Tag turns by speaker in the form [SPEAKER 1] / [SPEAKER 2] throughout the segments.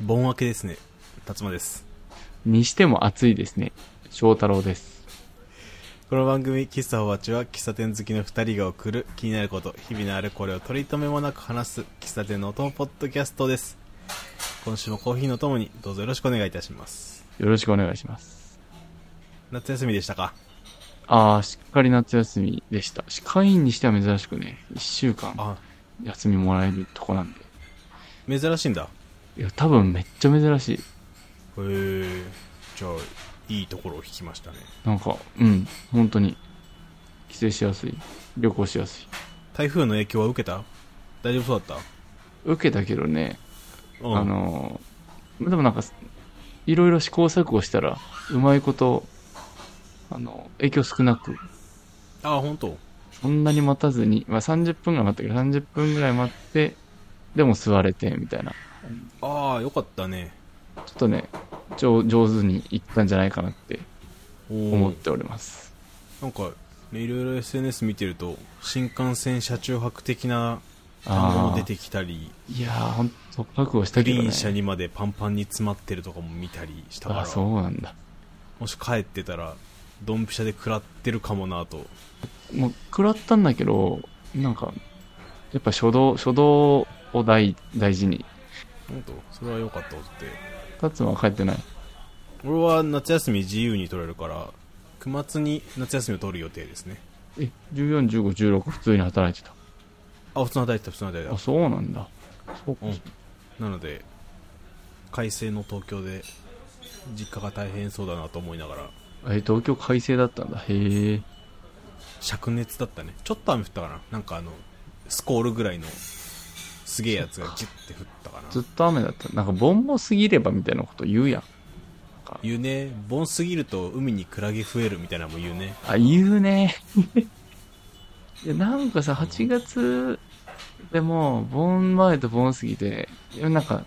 [SPEAKER 1] 盆明けですね。辰馬です。
[SPEAKER 2] にしても暑いですね。翔太郎です。
[SPEAKER 1] この番組、喫茶ホワチは喫茶店好きの二人が送る気になること、日々のあれこれを取り留めもなく話す喫茶店のお供ポッドキャストです。今週もコーヒーのともにどうぞよろしくお願いいたします。
[SPEAKER 2] よろしくお願いします。
[SPEAKER 1] 夏休みでしたか
[SPEAKER 2] ああ、しっかり夏休みでした。歯科医院にしては珍しくね、一週間
[SPEAKER 1] あ、
[SPEAKER 2] 休みもらえるとこなんで。
[SPEAKER 1] 珍しいんだ。
[SPEAKER 2] いや、多分めっちゃ珍しい。
[SPEAKER 1] へえ。じゃあ、いいところを引きましたね。
[SPEAKER 2] なんか、うん、本当に。帰省しやすい。旅行しやすい。
[SPEAKER 1] 台風の影響は受けた大丈夫そうだっ
[SPEAKER 2] 受けたけどね、
[SPEAKER 1] たうん。
[SPEAKER 2] あのー、でもなんか、いろいろ試行錯誤したら、うまいこと、あの、影響少なく
[SPEAKER 1] あ、本当
[SPEAKER 2] そんなに待たずに、まあ、30分ぐらい待ったけど、30分ぐらい待って、でも座れて、みたいな。
[SPEAKER 1] ああ、よかったね。
[SPEAKER 2] ちょっとね、上上手にいったんじゃないかなって
[SPEAKER 1] お
[SPEAKER 2] 思
[SPEAKER 1] お。
[SPEAKER 2] っております。
[SPEAKER 1] なんか、ね、いろいろ SNS 見てると、新幹線車中泊的な単語
[SPEAKER 2] あ
[SPEAKER 1] も
[SPEAKER 2] あ
[SPEAKER 1] 出てきたり、
[SPEAKER 2] いやー、ほんと、覚悟した
[SPEAKER 1] グ
[SPEAKER 2] け
[SPEAKER 1] リ
[SPEAKER 2] ど
[SPEAKER 1] ー
[SPEAKER 2] ね
[SPEAKER 1] ン。車にまでパンパンに詰まってるとかも見たりした
[SPEAKER 2] あ
[SPEAKER 1] か
[SPEAKER 2] あ、
[SPEAKER 1] ら、
[SPEAKER 2] そうなんだ。
[SPEAKER 1] もし帰ってたら、ドンピシャで食らってるかもなと。
[SPEAKER 2] もう、食らったんだけど、なんか、やっぱ初動、初動を大大事に。
[SPEAKER 1] 本当それは良かったことって。
[SPEAKER 2] タツマは帰ってない。
[SPEAKER 1] 俺は夏休み自由に取れるから、9月に夏休みを取る予定ですね。
[SPEAKER 2] え、14、15、16、普通に働いてた。
[SPEAKER 1] あ、普通の働いてた、普通の働い
[SPEAKER 2] あ、
[SPEAKER 1] て
[SPEAKER 2] そうなんだ。そうか。
[SPEAKER 1] うんた。なので、快晴の東京で、実家が大変そうだなと思いながら、
[SPEAKER 2] え、東京快晴だったんだ。へえ。
[SPEAKER 1] 灼熱だったねちょっと雨降ったかななんかあのスコールぐらいのすげえやつがギュッて降ったかな
[SPEAKER 2] ずっと雨だった。なんか、盆も過ぎればみたいなこと言うやん。
[SPEAKER 1] 言うね盆すぎると海にクラゲ増えるみたいなのも言うね
[SPEAKER 2] あ、言うね。 いや、なんかさ、8月でも、盆前と盆過ぎて、いやなんか、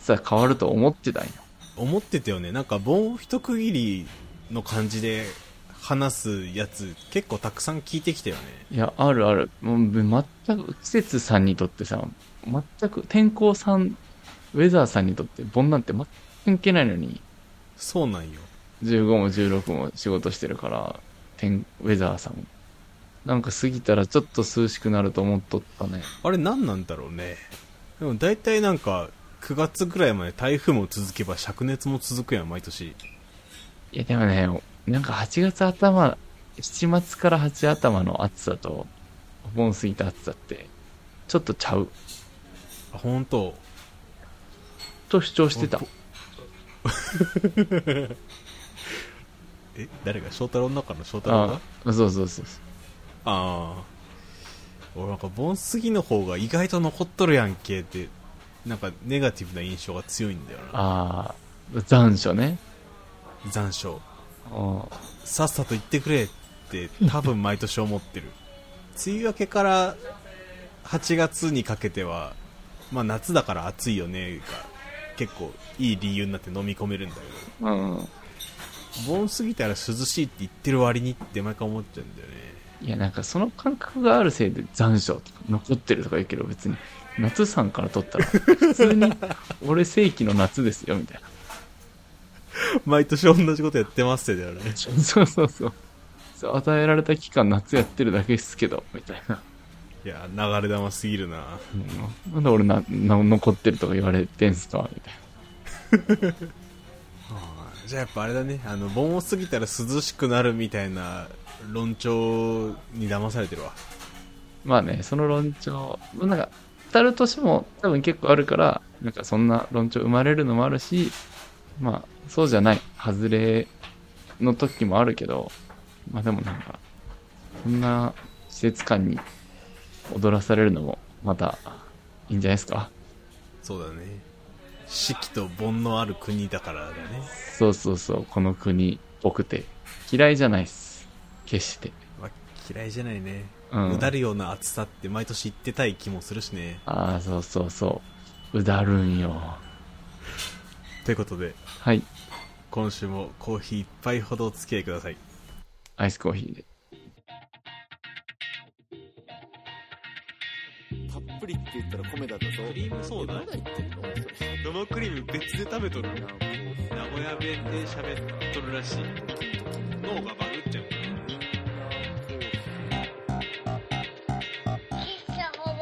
[SPEAKER 2] さ、変わると思ってたんよ。
[SPEAKER 1] 思ってたよねなんか盆を一区切りの感じで話すやつ結構たくさん聞いてきたよね
[SPEAKER 2] いや、あるある。もう、全く、季節さんにとってさ、全く、天候さん、ウェザーさんにとって、盆なんて全く関係ないのに、
[SPEAKER 1] そうなんよ
[SPEAKER 2] 15も16も仕事してるから、天、ウェザーさん。なんか過ぎたらちょっと涼しくなると思っとったね。
[SPEAKER 1] あれ何なんだろうねでも大体なんか9月ぐらいまで台風も続けば灼熱も続くやん毎年
[SPEAKER 2] いやでもね、なんか8月頭、7月から8頭の暑さと、お盆過ぎた暑さって、ちょっとちゃう。
[SPEAKER 1] あ本当
[SPEAKER 2] と主張してた
[SPEAKER 1] お。え誰が翔太郎の中の翔太郎が
[SPEAKER 2] ああそうそうそうそう。
[SPEAKER 1] ああ俺なんか盆過ぎの方が意外と残っとるやんけってなんかネガティブな印象が強いんだよな
[SPEAKER 2] ああ、残暑ね。
[SPEAKER 1] 残暑
[SPEAKER 2] うん
[SPEAKER 1] さっさと行ってくれって多分毎年思ってる 梅雨明けから8月にかけてはまあ夏だから暑いよねが結構いい理由になって飲み込めるんだけど
[SPEAKER 2] うん。
[SPEAKER 1] 盆過ぎたら涼しいって言ってる割にって毎回思っちゃうんだよね
[SPEAKER 2] いやなんかその感覚があるせいで残暑とか残ってるとか言うけど別に、夏さんから取ったら、普通に、俺正規の夏ですよみたいな。
[SPEAKER 1] 毎年同じことやってますってだよね
[SPEAKER 2] そうそうそう。そう与えられた期間夏やってるだけですけど、みたいな。
[SPEAKER 1] いや流れ玉すぎるな
[SPEAKER 2] うんなんで俺なな残ってるとか言われてんすかみたい
[SPEAKER 1] じゃあやっぱあれだねあの盆を過ぎたら涼しくなるみたいな論調に騙されてるわ
[SPEAKER 2] なまあねその論調なんか当たる年も多分結構あるからなんかそんな論調生まれるのもあるしまあそうじゃない外れの時もあるけどまあでもなんかそんな季節感に踊らされるのもまたいいんじゃないですか
[SPEAKER 1] そうだね四季と盆のある国だからだね
[SPEAKER 2] そうそうそうこの国っぽくて嫌いじゃないっす決して
[SPEAKER 1] まあ嫌いじゃないね、
[SPEAKER 2] う
[SPEAKER 1] うんだるような暑さって毎年言ってたい気もするしね
[SPEAKER 2] ああ、そうそうそう。うだるんよ。
[SPEAKER 1] ということで
[SPEAKER 2] はい。
[SPEAKER 1] 今週もコーヒー一杯ほどお付き合いください
[SPEAKER 2] アイスコーヒーで。
[SPEAKER 3] たっぷりって言ったら米だったぞ。
[SPEAKER 1] クリームソーダ
[SPEAKER 3] まだ言ってんのお前それ
[SPEAKER 1] 飲まのクリーム別で食べとるな名古屋弁で喋っとるらしい脳がバグっちゃう
[SPEAKER 3] 喫茶ほ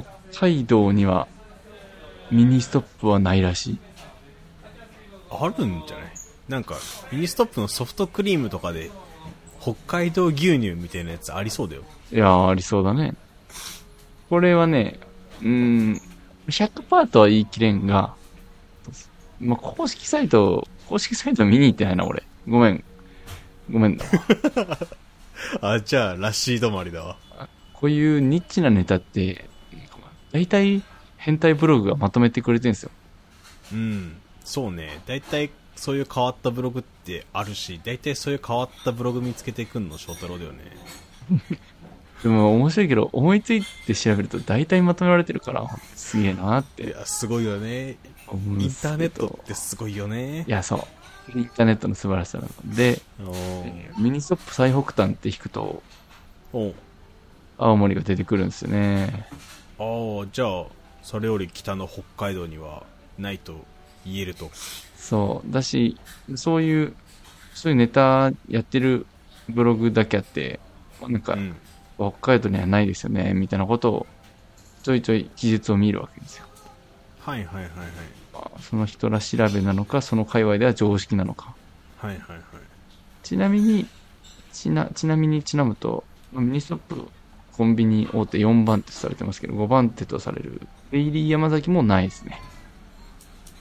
[SPEAKER 3] ぼ8。
[SPEAKER 2] 北海道にはミニストップはないらしい。
[SPEAKER 1] あるんじゃないなんかミニストップのソフトクリームとかで北海道牛乳みたいなやつありそうだよ
[SPEAKER 2] いやー、ありそうだね。これはね、うーん、100%とは言い切れんが、まあ、公式サイト、公式サイト見に行ってないな、俺。ごめん。ごめんだわ。
[SPEAKER 1] あじゃあらしい止まりだわ
[SPEAKER 2] こういうニッチなネタって、大体変態ブログがまとめてくれてるんですよ。
[SPEAKER 1] うんそうね大体そういう変わったブログってあるし大体そういう変わったブログ見つけてくんの翔太郎だよね
[SPEAKER 2] でも面白いけど、思いついて調べると大体まとめられてるから、すげえなーっ
[SPEAKER 1] い
[SPEAKER 2] て
[SPEAKER 1] やすごいよね
[SPEAKER 2] 思うん
[SPEAKER 1] イ
[SPEAKER 2] で
[SPEAKER 1] ン
[SPEAKER 2] す
[SPEAKER 1] ター
[SPEAKER 2] けど
[SPEAKER 1] ネットってすごいよね
[SPEAKER 2] いや、そう。インターネットの素晴らしさなので、
[SPEAKER 1] おー
[SPEAKER 2] ミニストップ最北端って引くと、
[SPEAKER 1] おう
[SPEAKER 2] 青森が出てくるんですよね。
[SPEAKER 1] ああじゃあそれより北の北海道にはないと言えると
[SPEAKER 2] そう。だし、そういう、そういうネタやってるブログだけあって、なんか
[SPEAKER 1] う、ん
[SPEAKER 2] 北海道にはないですよね、みたいなことを、ちょいちょい記述を見るわけですよ。
[SPEAKER 1] はいはいはいはい
[SPEAKER 2] まあその人ら調べなのか、その界隈では常識なのか。
[SPEAKER 1] はいはいはい
[SPEAKER 2] ちなみに、ちな、ちなみにちなむと、まあミニストップ、コンビニ大手4番手とされてますけど、5番手とされる、デイリー山崎もないですね。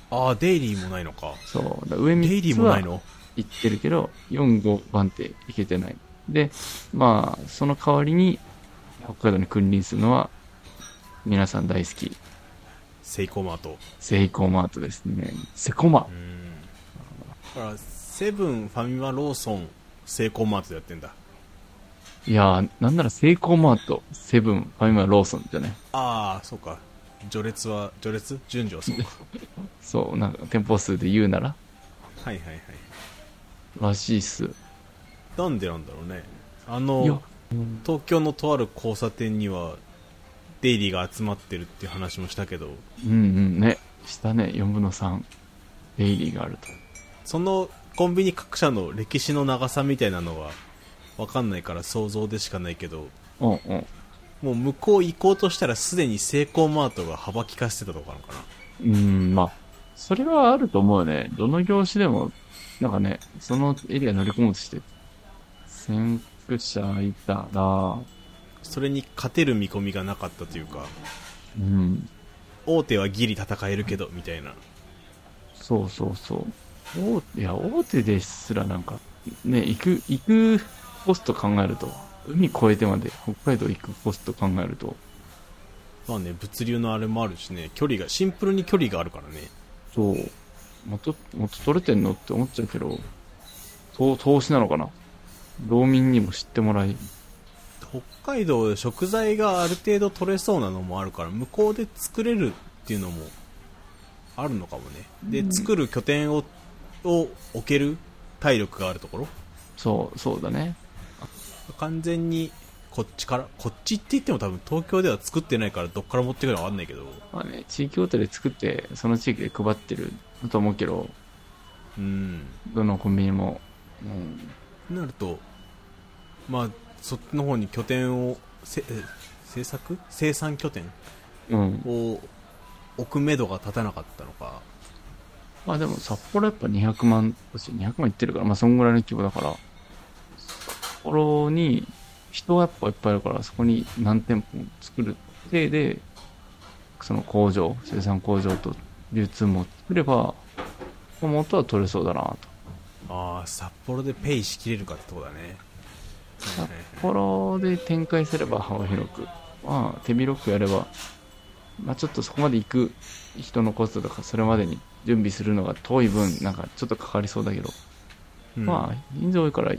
[SPEAKER 1] ああデイリーもないのか
[SPEAKER 2] そう。だ上
[SPEAKER 1] デイリ
[SPEAKER 2] 3
[SPEAKER 1] ー
[SPEAKER 2] つ
[SPEAKER 1] もな
[SPEAKER 2] はい
[SPEAKER 1] の
[SPEAKER 2] 行ってるけど、4、5番手行けてない。で、まあ、その代わりに、北海道に君臨するのは、皆さん大好き、
[SPEAKER 1] セイコーマート
[SPEAKER 2] セイコーマートですね。セコマ
[SPEAKER 1] う。んだからセブンファミマローソンセイコーマートでやってんだ
[SPEAKER 2] いやー、なんならセイコーマート、セブン、ファミマ、ローソンじゃない。
[SPEAKER 1] ああそうか序列は序列順序は そうか
[SPEAKER 2] そう、なんか店舗数で言うなら、
[SPEAKER 1] はいはいはい
[SPEAKER 2] らしいっす。
[SPEAKER 1] なんでなんだろうねあ
[SPEAKER 2] いや
[SPEAKER 1] の、東京のとある交差点にはデイリーが集まってるっていう話もしたけど
[SPEAKER 2] うんうんね。下ね、4分の3、デイリーがあると。
[SPEAKER 1] そのコンビニ各社の歴史の長さみたいなのはわかんないから想像でしかないけど
[SPEAKER 2] うんうん。
[SPEAKER 1] もう向こう行こうとしたらすでにセイコーマートが幅利かしてたとかなのかな
[SPEAKER 2] うん、まあ、それはあると思うよね。どの業種でも、なんかね、そのエリア乗り込もうとして、先駆者いたら、
[SPEAKER 1] それに勝てる見込みがなかったというか
[SPEAKER 2] うん、
[SPEAKER 1] 大手はギリ戦えるけどみたいな
[SPEAKER 2] そうそうそう。大いや、大手ですらなんか、ね、行く、行くコスト考えると、海越えてまで北海道行くコスト考えると、
[SPEAKER 1] まあね物流のあれもあるしね距離がシンプルに距離があるからね
[SPEAKER 2] そう、元、元取れてんのって思っちゃうけど、投投資なのかな道民にも知ってもらい、
[SPEAKER 1] 北海道で食材がある程度取れそうなのもあるから向こうで作れるっていうのもあるのかもねで作る拠点をを置ける体力があるところ
[SPEAKER 2] そう、そうだね。
[SPEAKER 1] 完全にこっちからこっちって言っても多分東京では作ってないからどっから持ってくるか分かんないけど
[SPEAKER 2] まあね、地域大手で作って、その地域で配ってると思うけど、
[SPEAKER 1] うん
[SPEAKER 2] どのコンビニも、うん、
[SPEAKER 1] なるとまあそっちの方に拠点をせえ制作生産拠点
[SPEAKER 2] うん。
[SPEAKER 1] を置くめどが立たなかったのか
[SPEAKER 2] まあでも札幌やっぱ200万都市、200万いってるから、まあそんぐらいの規模だから、札幌に人がやっぱいっぱいいるから、そこに何店舗も作る体で、その工場、生産工場と流通も作れば、元は取れそうだなと。
[SPEAKER 1] ああ札幌でペイしきれるかってとこだね
[SPEAKER 2] 札幌で展開すれば幅広く、まあ、手広くやれば、まあ、ちょっとそこまで行く人のコストとかそれまでに準備するのが遠い分なんかちょっとかかりそうだけど、
[SPEAKER 1] うん
[SPEAKER 2] まあ人数多いから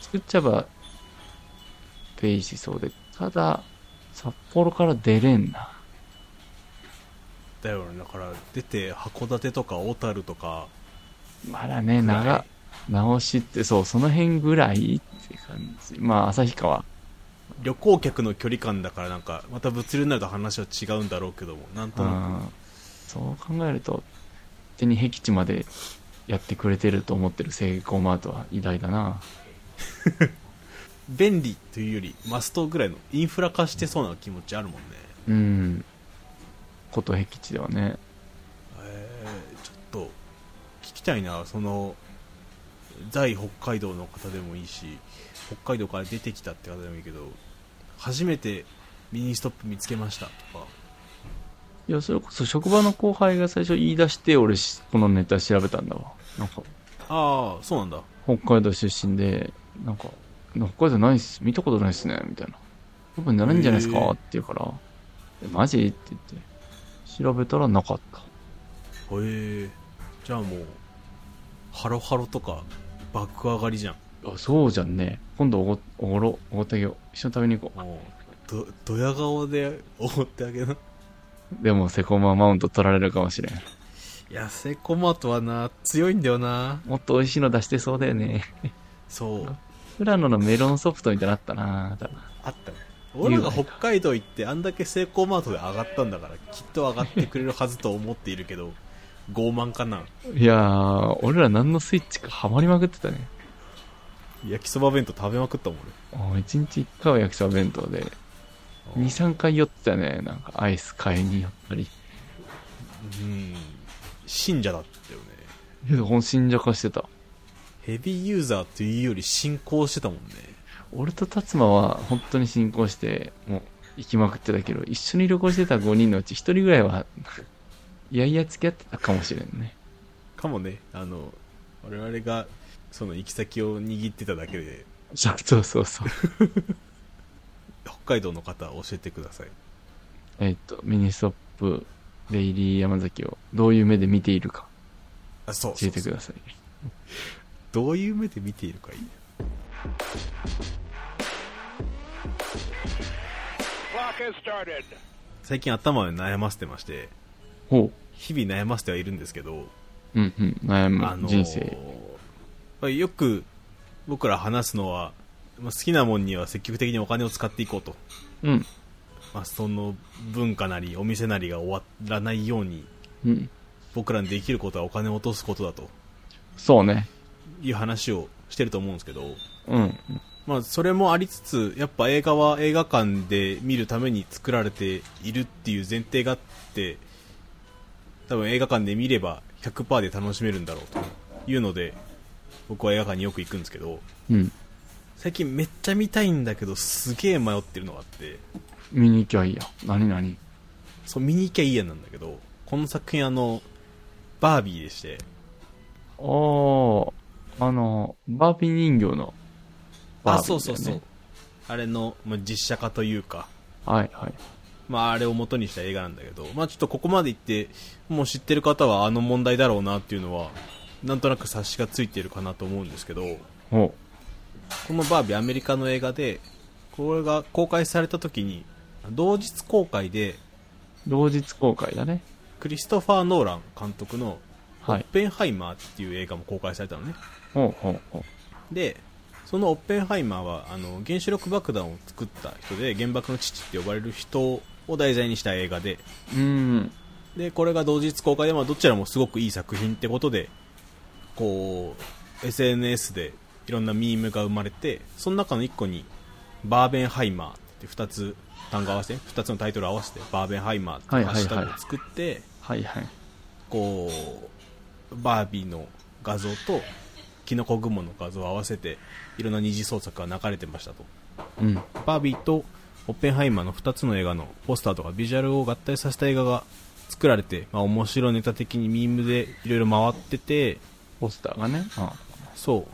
[SPEAKER 2] 作っちゃえばペイしそうでただ札幌から出れんな
[SPEAKER 1] だよねだから出て函館とか小樽とか
[SPEAKER 2] まだね
[SPEAKER 1] ぐらい
[SPEAKER 2] 長直しってそうその辺ぐらいって感じまあ旭川
[SPEAKER 1] 旅行客の距離感だからなんかまた物流になると話は違うんだろうけどもなんとな
[SPEAKER 2] あーそう考えると手に僻地までやってくれてると思ってるセイコーマートは偉大だな
[SPEAKER 1] く便利というよりマストぐらいのインフラ化してそうな気持ちあるもんね
[SPEAKER 2] うんこと僻地ではね
[SPEAKER 1] えー、ちょっと聞きたいなその在北海道の方でもいいし北海道から出てきたって方でもいいけど初めてミニストップ見つけましたとか
[SPEAKER 2] いやそれこそ職場の後輩が最初言い出して俺しこのネタ調べたんだわなんか
[SPEAKER 1] ああそうなんだ
[SPEAKER 2] 北海道出身でなんか北海道ないっす見たことないっすねみたいな多分ならんじゃないですか
[SPEAKER 1] へー
[SPEAKER 2] って言うからえマジって言って調べたらなかった
[SPEAKER 1] へえじゃあもうハロハロとか爆上がりじゃん
[SPEAKER 2] あそうじゃんね今度おごおごろうおごってあげよう一緒に食べに行こ
[SPEAKER 1] もうどドヤ顔で思ってあげな
[SPEAKER 2] うでもセコママウント取られるかもしれん
[SPEAKER 1] いやセイコーマートはな強いんだよな
[SPEAKER 2] もっと美味しいの出してそうだよね
[SPEAKER 1] そう
[SPEAKER 2] 富良野のメロンソフトみたいなのあったな多分
[SPEAKER 1] あったね俺らが北海道行ってあんだけセイコーマートで上がったんだからきっと上がってくれるはずと思っているけど傲慢かない
[SPEAKER 2] やー俺ら何のスイッチかハマりまくってたね
[SPEAKER 1] 焼きそば弁当食べまくったもん
[SPEAKER 2] あ一日一回は焼きそば弁当で
[SPEAKER 1] 俺
[SPEAKER 2] 23回寄ってたねなんかアイス買いにやっぱり
[SPEAKER 1] うん信者だったよね
[SPEAKER 2] けど本信者化してた
[SPEAKER 1] ヘビーユーザーというより信仰してたもんね
[SPEAKER 2] 俺と達馬は本当に進行してもう行きまくってたけど一緒に旅行してた5人のうち1人ぐらいはいやいや付き合ってたかもしれんね
[SPEAKER 1] かもねあの我々がその行き先を握ってただけで
[SPEAKER 2] そうそうそうそう
[SPEAKER 1] 北海道の方教えてください
[SPEAKER 2] えっとミニストップデイリー山崎をどういう目で見ているか
[SPEAKER 1] あそう
[SPEAKER 2] 教えて
[SPEAKER 1] そうそう
[SPEAKER 2] ください
[SPEAKER 1] どういう目で見ているかいいね
[SPEAKER 4] Clock has started.
[SPEAKER 1] 最近頭を悩ませてまして
[SPEAKER 2] ほ
[SPEAKER 1] 日々悩ませてはいるんですけど
[SPEAKER 2] ううんうん悩む、
[SPEAKER 1] あの
[SPEAKER 2] 人生
[SPEAKER 1] 生よく僕ら話すのはまあ好きなもんには積極的にお金を使っていこうと、
[SPEAKER 2] うん
[SPEAKER 1] まあ、その文化なりお店なりが終わらないように
[SPEAKER 2] うん
[SPEAKER 1] 僕らにできることはお金を落とすことだと
[SPEAKER 2] そうね
[SPEAKER 1] いう話をしてると思うんですけど、
[SPEAKER 2] うん
[SPEAKER 1] まあ、それもありつつやっぱ映画は映画館で見るために作られているっていう前提があって多分映画館で見れば100%で楽しめるんだろうというので僕は映画館によく行くんですけど
[SPEAKER 2] うん
[SPEAKER 1] 最近めっちゃ見たいんだけどすげえ迷ってるのがあって
[SPEAKER 2] 見に行きゃいいや何何
[SPEAKER 1] そう見に行きゃいいやなんだけどこの作品あのバービーでして
[SPEAKER 2] おー、あの、バービー人形のバービー、
[SPEAKER 1] あそうそうそう。あれの、まあ、実写化というか
[SPEAKER 2] はいはい。
[SPEAKER 1] まあ、あれを元にした映画なんだけど、まあ、ちょっとここまで行ってもう知ってる方はあの問題だろうなっていうのはなんとなく察しがついてるかなと思うんですけど
[SPEAKER 2] お
[SPEAKER 1] このバービーアメリカの映画でこれが公開された時に同日公開で
[SPEAKER 2] 同日公開だね。
[SPEAKER 1] クリストファー・ノーラン監督の「オ
[SPEAKER 2] は
[SPEAKER 1] ッ
[SPEAKER 2] い。
[SPEAKER 1] ペンハイマー」っていう映画も公開されたのね
[SPEAKER 2] ほうほうほう。
[SPEAKER 1] でそのオッペンハイマーはあの原子力爆弾を作った人で原爆の父って呼ばれる人を題材にした映画で
[SPEAKER 2] うーん。
[SPEAKER 1] でこれが同日公開で、まあ、どちらもすごくいい作品ってことでこう SNS でいろんなミームが生まれてその中の1個にバーベンハイマーって2つ単語合わせて2つのタイトル合わせてバーベンハイマーっていうハッシュタグを作って、
[SPEAKER 2] はいはい。
[SPEAKER 1] こうバービーの画像とキノコ雲の画像を合わせていろんな二次創作が流れてましたと
[SPEAKER 2] うん。
[SPEAKER 1] バービーとオッペンハイマーの2つの映画のポスターとかビジュアルを合体させた映画が作られて、まあ、面白いネタ的にミームでいろいろ回ってて
[SPEAKER 2] ポスターがね。あ
[SPEAKER 1] そう、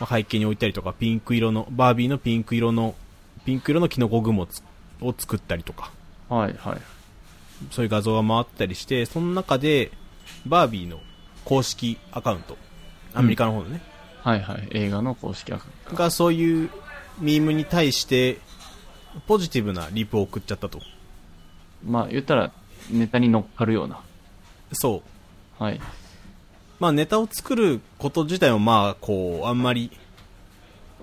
[SPEAKER 1] まあ背景に置いたりとかピンク色のバービーのピンク色のピンク色のキノコ雲をつを作ったりとか
[SPEAKER 2] はいはい。
[SPEAKER 1] そういう画像が回ったりしてその中でバービーの公式アカウントアメリカの方のね、
[SPEAKER 2] はいはい。映画の公式アカウン
[SPEAKER 1] がそういうミームに対してポジティブなリプを送っちゃったと
[SPEAKER 2] ト。まあ言ったら、ネタに乗っかるような。
[SPEAKER 1] そう
[SPEAKER 2] はい。
[SPEAKER 1] まあ、ネタを作ること自体もまあこうあんまり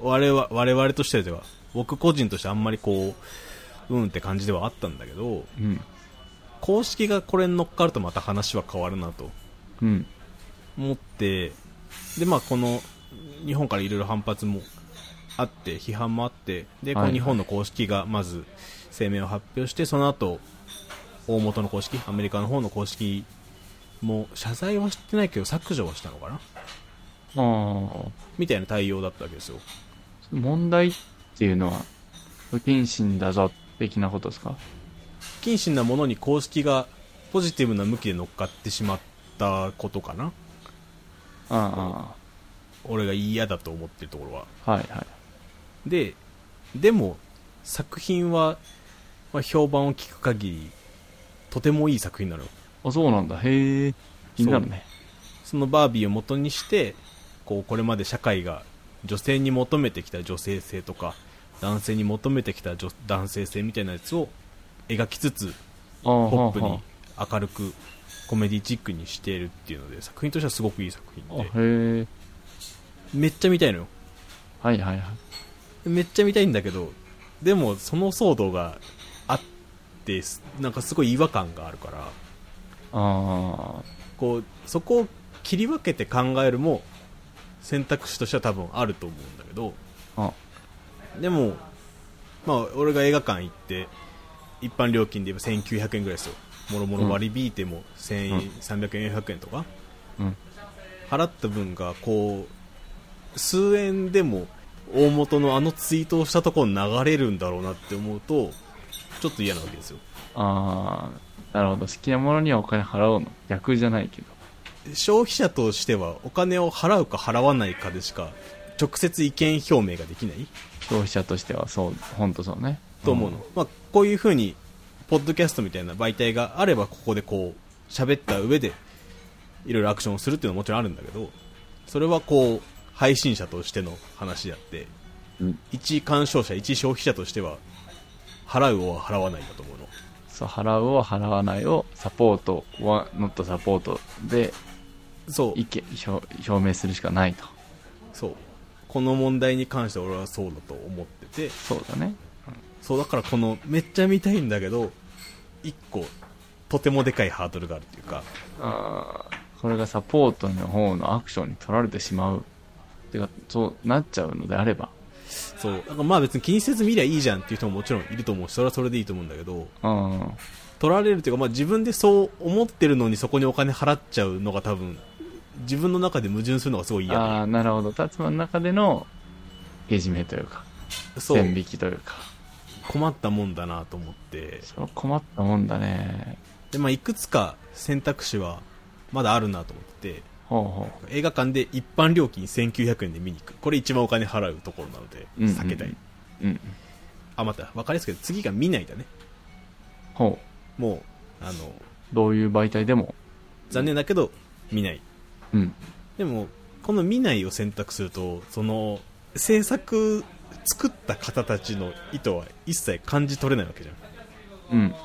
[SPEAKER 1] 我々我々としてでは僕個人としてあんまりこううんって感じではあったんだけど
[SPEAKER 2] うん。
[SPEAKER 1] 公式がこれに乗っかるとまた話は変わるなと
[SPEAKER 2] うん。
[SPEAKER 1] 思ってでまあこの日本からいろいろ反発もあって批判もあってでこ
[SPEAKER 2] は
[SPEAKER 1] の
[SPEAKER 2] い
[SPEAKER 1] 日本の公式がまず声明を発表してその後大元の公式アメリカの方の公式も謝罪はしてないけど削除はしたのかな
[SPEAKER 2] ああ。
[SPEAKER 1] みたいな対応だったわけですよ
[SPEAKER 2] 問題っていうのは、不謹慎だぞ、的なことですか
[SPEAKER 1] 不謹慎なものに公式がポジティブな向きで乗っかってしまったことかな
[SPEAKER 2] あ
[SPEAKER 1] 俺が嫌だと思ってるところは
[SPEAKER 2] あ。はいはい。
[SPEAKER 1] ででも作品は、まあ、評判を聞く限りとてもいい作品なの
[SPEAKER 2] あ、そうなんだ。へえ。気になるね。
[SPEAKER 1] そのバービーを元にしてこうこれまで社会が女性に求めてきた女性性とか男性に求めてきた女男性性みたいなやつを描きつつ
[SPEAKER 2] ああ、
[SPEAKER 1] ポップ
[SPEAKER 2] は
[SPEAKER 1] に明るくコメディチックにしているっていうので作品としてはすごくいい作
[SPEAKER 2] あ
[SPEAKER 1] 品
[SPEAKER 2] はあ
[SPEAKER 1] で
[SPEAKER 2] あ、へえ。
[SPEAKER 1] めっちゃ見たいのよ
[SPEAKER 2] はいはいはい。
[SPEAKER 1] めっちゃ見たいんだけどでもその騒動があってすなんかすごい違和感があるから
[SPEAKER 2] あ
[SPEAKER 1] こうそこを切り分けて考えるも選択肢としては多分あると思うんだけど
[SPEAKER 2] あ。あ
[SPEAKER 1] でも、まあ、俺が映画館行って一般料金で言えば1900円ぐらいですよもろもろ割り引いても1000円、
[SPEAKER 2] うん
[SPEAKER 1] 300円400円とか
[SPEAKER 2] うん。
[SPEAKER 1] 払った分がこう数円でも大元のあのツイートをしたところ流れるんだろうなって思うとちょっと嫌なわけですよ
[SPEAKER 2] ああ。なるほど。好きなものにはお金払おうの。逆じゃないけど。
[SPEAKER 1] 消費者としてはお金を払うか払わないかでしか直接意見表明ができない
[SPEAKER 2] 消費者としてはそう、ほんとそうね。
[SPEAKER 1] と思うの、まあ、こういうふうにポッドキャストみたいな媒体があればここでこう喋った上でいろいろアクションをするっていうのはもちろんあるんだけどそれはこう配信者としての話であって
[SPEAKER 2] うん。
[SPEAKER 1] 一鑑賞者一消費者としては払うは払わないだと思うの
[SPEAKER 2] そう、払うを払わないを、サポートは、ノットサポートで
[SPEAKER 1] そう
[SPEAKER 2] 意見表、表明するしかないと。
[SPEAKER 1] そうこの問題に関して俺はそうだと思ってて
[SPEAKER 2] そうだね。
[SPEAKER 1] そうだからこのめっちゃ見たいんだけど一個とてもでかいハードルがあるっていうか
[SPEAKER 2] あーこれがサポートの方のアクションに取られてしまうてかそうなっちゃうのであれば
[SPEAKER 1] そうだからまあ別に気にせず見りゃいいじゃんっていう人ももちろんいると思うしそれはそれでいいと思うんだけど
[SPEAKER 2] うん
[SPEAKER 1] 取られるというか、まあ、自分でそう思ってるのにそこにお金払っちゃうのが多分自分の中で矛盾するのがすごい嫌
[SPEAKER 2] あ
[SPEAKER 1] で
[SPEAKER 2] あなるほど達馬の中でのけじめというか
[SPEAKER 1] そう
[SPEAKER 2] 線引きというか
[SPEAKER 1] 困ったもんだなと思って
[SPEAKER 2] それは困ったもんだね
[SPEAKER 1] で、まあ、いくつか選択肢はまだあるなと思ってて
[SPEAKER 2] ほうほ
[SPEAKER 1] 映画館で一般料金1900円で見に行くこれ一番お金払うところなので
[SPEAKER 2] う、うんうん
[SPEAKER 1] 避けたい、
[SPEAKER 2] うんうん
[SPEAKER 1] あまた分かりやすく言うと次が見ないだね
[SPEAKER 2] ほ
[SPEAKER 1] もうあの
[SPEAKER 2] うどういう媒体でも
[SPEAKER 1] 残念だけど見ない
[SPEAKER 2] うん
[SPEAKER 1] でもこの見ないを選択するとその制作作った方たちの意図は一切感じ取れないわけじゃん
[SPEAKER 2] うんは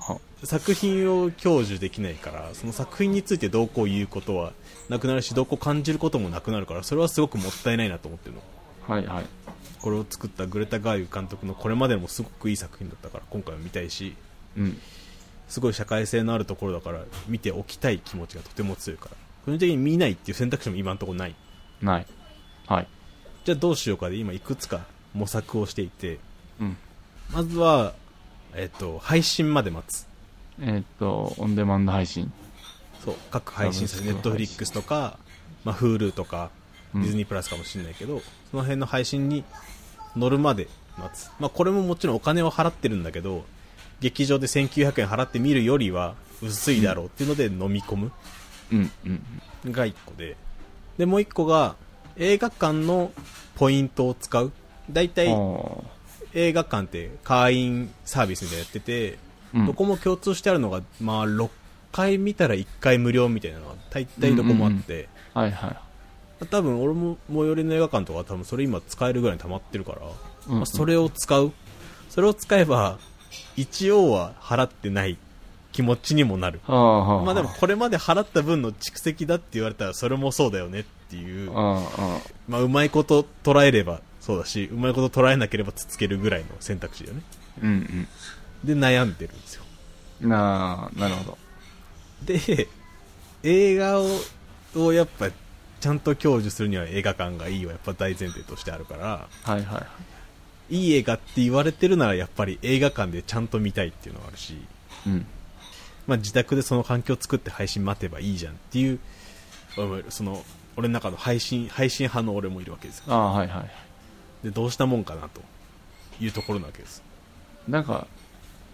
[SPEAKER 2] あは
[SPEAKER 1] 作品を享受できないからその作品についてどうこう言うことはなくなるしどうこう感じることもなくなるからそれはすごくもったいないなと思ってるの
[SPEAKER 2] あはいはい
[SPEAKER 1] これを作ったグレタ・ガーユ監督のこれまでもすごくいい作品だったから今回は見たいし
[SPEAKER 2] うん
[SPEAKER 1] すごい社会性のあるところだから見ておきたい気持ちがとても強いから個人的に見ないっていう選択肢も今のところない
[SPEAKER 2] ないはい
[SPEAKER 1] じゃあどうしようかで今いくつか模索をしていて
[SPEAKER 2] うん
[SPEAKER 1] まずは、えっと、配信まで待つ。
[SPEAKER 2] えーっとオンデマンド配信
[SPEAKER 1] そう、各配信者、
[SPEAKER 2] 多
[SPEAKER 1] ネッ
[SPEAKER 2] 分
[SPEAKER 1] ト
[SPEAKER 2] そ
[SPEAKER 1] フ
[SPEAKER 2] の
[SPEAKER 1] リ
[SPEAKER 2] 配
[SPEAKER 1] ッ
[SPEAKER 2] 信
[SPEAKER 1] クスとか、まあ、Hulu とか、デ
[SPEAKER 2] うん
[SPEAKER 1] ィズニープラスかもしれないけど、その辺の配信に乗るまで待つ。まあ、これももちろんお金を払ってるんだけど、劇場で1900円払って見るよりは薄いだろうっていうので飲み込む
[SPEAKER 2] うんうん
[SPEAKER 1] が1個で。で、もう1個が、映画館のポイントを使う。だいたい
[SPEAKER 2] は
[SPEAKER 1] 映画館って会員サービスみたいなのやってて、
[SPEAKER 2] うん
[SPEAKER 1] どこも共通してあるのが、まあ、6回見たら1回無料みたいなのが大体どこもあって、
[SPEAKER 2] あはいはい
[SPEAKER 1] 多分俺も最寄りの映画館とかは多分それ今使えるぐらいに溜まってるから、
[SPEAKER 2] うんうん
[SPEAKER 1] まあ、それを使うそれを使えば一応は払ってない気持ちにもなる
[SPEAKER 2] はあはあはあ
[SPEAKER 1] まあでもこれまで払った分の蓄積だって言われたらそれもそうだよねっていう
[SPEAKER 2] うんうん
[SPEAKER 1] まあ、うまいこと捉えればそうだしうまいこと捉えなければつつけるぐらいの選択肢だよね
[SPEAKER 2] うん
[SPEAKER 1] で悩んでるんですよ
[SPEAKER 2] うん。なあ、なるほど。
[SPEAKER 1] で映画ををやっぱちゃんと享受するには映画館がいいはやっぱ大前提としてあるから
[SPEAKER 2] はいはいはい。
[SPEAKER 1] いい映画って言われてるならやっぱり映画館でちゃんと見たいっていうのがあるし、
[SPEAKER 2] うん。
[SPEAKER 1] まあ、自宅でその環境を作って配信待てばいいじゃんっていう俺もその俺の中の配信配信派の俺もいるわけですよ
[SPEAKER 2] ああ、はいはい。
[SPEAKER 1] でどうしたもんかなというところなわけです
[SPEAKER 2] なんか、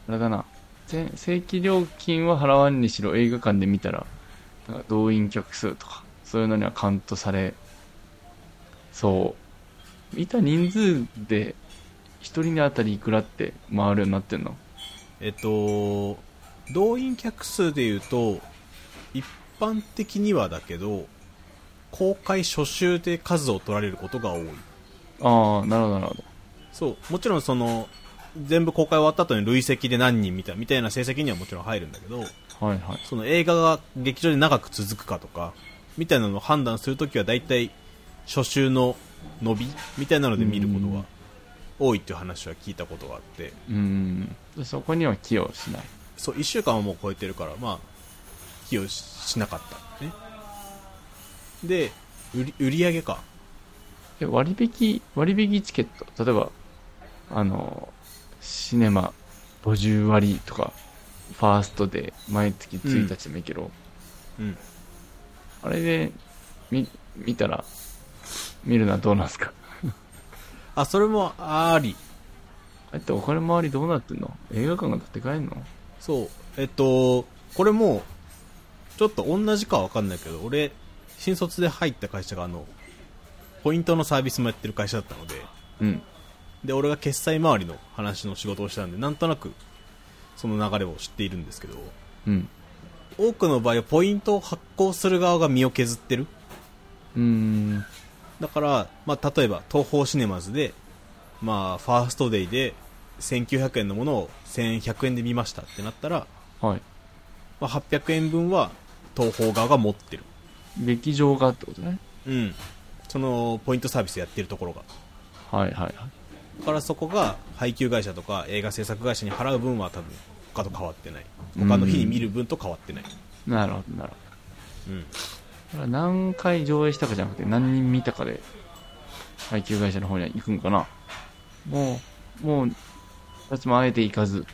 [SPEAKER 2] あれだな。せ正規料金は払わんにしろ映画館で見たら、なんか動員客数とか、そういうのにはカウントされ、そう。見た人数で、一人にあたりいくらって回るようになってんの
[SPEAKER 1] えっと動員客数でいうと一般的にはだけど公開初週で数を取られることが多い
[SPEAKER 2] ああ、なるほどなるほど。
[SPEAKER 1] そうもちろんその全部公開終わった後に累積で何人見たみたいな成績にはもちろん入るんだけど
[SPEAKER 2] はいはい。
[SPEAKER 1] その映画が劇場で長く続くかとかみたいなのを判断するときは大体初週の伸びみたいなので見ることが多いっていう話は聞いたことがあって
[SPEAKER 2] うん。そこには寄与しない。
[SPEAKER 1] そう1週間はもう超えてるからまあ寄与しなかったねで売り売り上げか
[SPEAKER 2] え、割引、割引チケット。例えば、あの、シネマ50割とか、ファーストで毎月1日でもいいけど、
[SPEAKER 1] うん
[SPEAKER 2] あれで、み、見たら、見るのはどうなんすか
[SPEAKER 1] あそれもあり
[SPEAKER 2] あれってお金回りどうなってんの映画館が建て替えんの
[SPEAKER 1] そうえっとこれもちょっと同じかは分かんないけど俺新卒で入った会社があのポイントのサービスもやってる会社だったので
[SPEAKER 2] うん。
[SPEAKER 1] で俺が決済周りの話の仕事をしたんでなんとなくその流れを知っているんですけど
[SPEAKER 2] うん。
[SPEAKER 1] 多くの場合はポイントを発行する側が身を削ってる
[SPEAKER 2] うーん。
[SPEAKER 1] だから、まあ、例えば東宝シネマズで、まあ、ファーストデイで1900円のものを1100円で見ましたってなったら、
[SPEAKER 2] はい。
[SPEAKER 1] まあ、800円分は東宝側が持ってる、
[SPEAKER 2] 劇場がってことね。
[SPEAKER 1] うん、そのポイントサービスやってるところが
[SPEAKER 2] はいはいはい。
[SPEAKER 1] だからそこが配給会社とか映画制作会社に払う分は多分他と変わってない他の日に見る分と変わってない、
[SPEAKER 2] なるほどなるほど。
[SPEAKER 1] うん、
[SPEAKER 2] だから何回上映したかじゃなくて何人見たかで配給会社の方には行くんかなもうもうたちもあえて行かず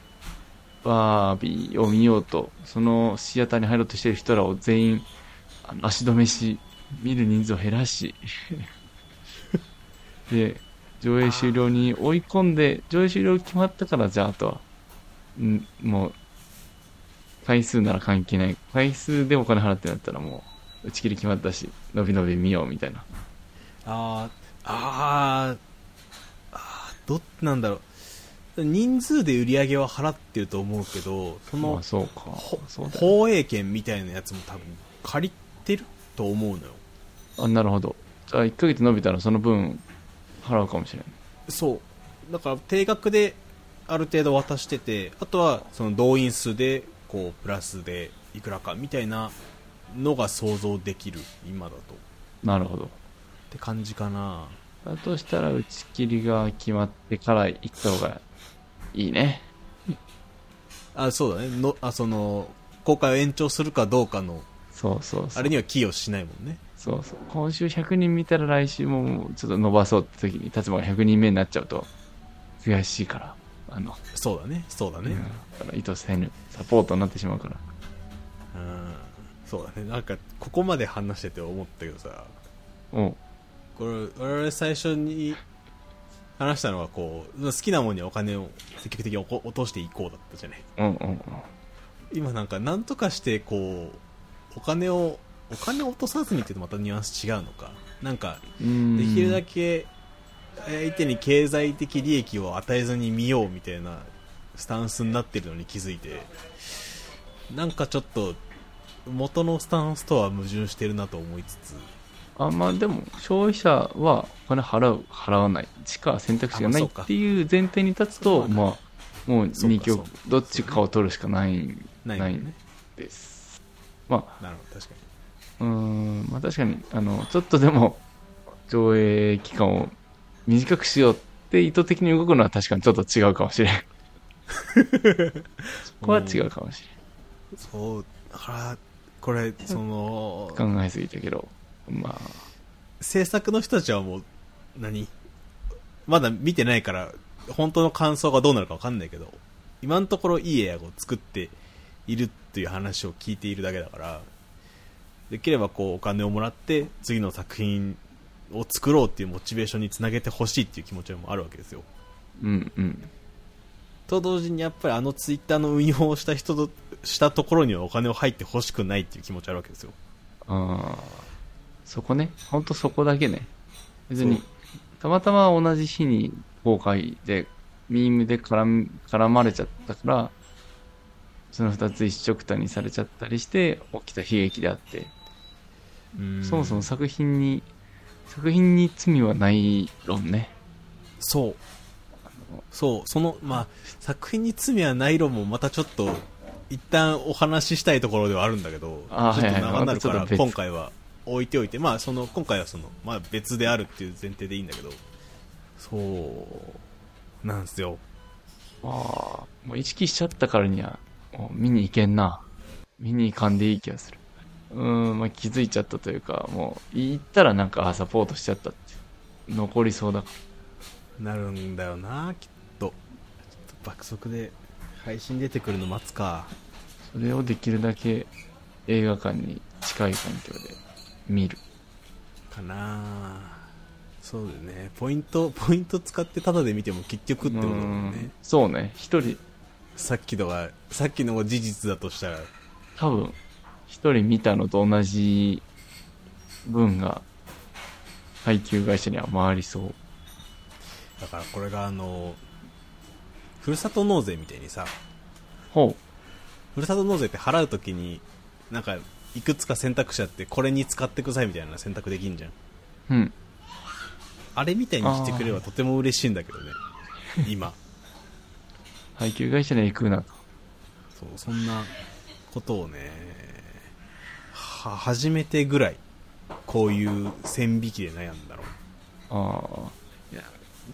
[SPEAKER 2] バービーを見ようとそのシアターに入ろうとしてる人らを全員あの足止めし見る人数を減らし で上映終了に追い込んで上映終了決まったからじゃああとはんもう回数なら関係ない回数でお金払ってなったらもう打ち切り決まったし、伸び伸び見ようみたいな。
[SPEAKER 1] あーあーあーどっなんだろう人数で売り上げは払ってると思うけどそ
[SPEAKER 2] ま
[SPEAKER 1] の
[SPEAKER 2] あそうか。
[SPEAKER 1] ほ
[SPEAKER 2] そうだよ
[SPEAKER 1] 放映権みたいなやつも多分借りてると思うのよ
[SPEAKER 2] あ、なるほど。じゃあ1ヶ月伸びたらその分払うかもしれない。
[SPEAKER 1] そうだから定額である程度渡しててあとはその動員数でこうプラスでいくらかみたいなのが想像できる今だとっ
[SPEAKER 2] なるほど。
[SPEAKER 1] て感じかな
[SPEAKER 2] だとしたら打ち切りが決まってから行った方がいいね。
[SPEAKER 1] あそうだねのあその公開を延長するかどうかの
[SPEAKER 2] そうそうそ
[SPEAKER 1] あ
[SPEAKER 2] う。
[SPEAKER 1] れには寄与しないもんね
[SPEAKER 2] そうそう。今週100人見たら来週ももうちょっと伸ばそうって時に立場が100人目になっちゃうと悔しいから。あの、
[SPEAKER 1] そうだねそうだね、
[SPEAKER 2] うんだから意図せぬサポートになってしまうから。
[SPEAKER 1] うんそうだねなんかここまで話してて思ったけどさ
[SPEAKER 2] おう
[SPEAKER 1] これ我々最初に話したのはこう好きなものにはお金を積極的に落こ落としていこうだったじゃない
[SPEAKER 2] うんうんうん。
[SPEAKER 1] 今なんかなんとかしてこうお金をお金を落とさずにっていうとまたニュアンス違うのかなんか
[SPEAKER 2] うん
[SPEAKER 1] できるだけ相手に経済的利益を与えずに見ようみたいなスタンスになってるのに気づいてなんかちょっと元のスタンスとは矛盾してるなと思いつつ
[SPEAKER 2] あまあでも消費者はお金払う払わないしか選択肢がな
[SPEAKER 1] あまあそ
[SPEAKER 2] いう
[SPEAKER 1] か
[SPEAKER 2] っていう前提に立つとまあもう
[SPEAKER 1] そうかそ
[SPEAKER 2] 2
[SPEAKER 1] う
[SPEAKER 2] 曲
[SPEAKER 1] か
[SPEAKER 2] どっちかを取るしかないん
[SPEAKER 1] ない
[SPEAKER 2] ない
[SPEAKER 1] もんね
[SPEAKER 2] ですま
[SPEAKER 1] なるほど確か
[SPEAKER 2] あうーんまあ確かにあのちょっとでも上映期間を短くしようって意図的に動くのは確かにちょっと違うかもし れん。そこは違うかもし
[SPEAKER 1] そうだからこれその
[SPEAKER 2] れん。考えすぎたけど。まあ、
[SPEAKER 1] 制作の人たちはもう何まだ見てないから本当の感想がどうなるか分かんないけど今のところいい映画を作っているっていう話を聞いているだけだからできればこうお金をもらって次の作品を作ろうっていうモチベーションにつなげてほしいっていう気持ちもあるわけですよ
[SPEAKER 2] うんうん。
[SPEAKER 1] と同時にやっぱりあのツイッターの運用をした人としたところにはお金を入ってほしくないっていう気持ちあるわけですよ
[SPEAKER 2] ああ、そこね。ほんとそこだけね。別
[SPEAKER 1] そ
[SPEAKER 2] に、たまたま同じ日に公開で、ミームで絡む絡まれちゃったから、その二つ一緒くたにされちゃったりして、起きた悲劇であって、そもそも作品に、作品に罪はない論ね。
[SPEAKER 1] そう
[SPEAKER 2] の。
[SPEAKER 1] そう、その、まあ、作品に罪はない論もまたちょっと、一旦お話ししたいところではあるんだけど、
[SPEAKER 2] あー
[SPEAKER 1] ちょっ
[SPEAKER 2] は
[SPEAKER 1] と
[SPEAKER 2] いはい
[SPEAKER 1] 長なるか
[SPEAKER 2] ま
[SPEAKER 1] ら、
[SPEAKER 2] たちょっと別
[SPEAKER 1] 今回は置いておいて、まあ、その、今回はその、まあ、別であるっていう前提でいいんだけど、そう、なんですよ。
[SPEAKER 2] ああ、もう意識しちゃったからには、もう見に行けんな。見に行かんでいい気がする。うーん、まあ、気づいちゃったというか、もう、行ったらなんか、あ、サポートしちゃったって。残りそうだか
[SPEAKER 1] なるんだよな、きっと。ちょっと爆速で配信出てくるの待つか。
[SPEAKER 2] ら。それをできるだけ映画館に近い環境で見る。
[SPEAKER 1] かなそうだよね。ポイント、ポイント使ってタダで見ても結局ってことだもん
[SPEAKER 2] うー
[SPEAKER 1] ね
[SPEAKER 2] ん。そうね。一人、
[SPEAKER 1] さっきのが、さっきのが事実だとしたら、
[SPEAKER 2] 多分、一人見たのと同じ分が、配給会社には回りそう。
[SPEAKER 1] だからこれがあの、ふるさと納税みたいにさ、
[SPEAKER 2] ほ
[SPEAKER 1] ふるさと納税って払うときに、なんか、いくつか選択肢あって、これに使ってくださいみたいな選択できんじゃん。
[SPEAKER 2] う。うん。
[SPEAKER 1] あれみたいにしてくればとても嬉しいんだけどね。今。
[SPEAKER 2] 配給会社には行くなと。
[SPEAKER 1] そう、そんなことをね、は、初めてぐらい、こういう線引きで悩んだろう。
[SPEAKER 2] ああ。いや、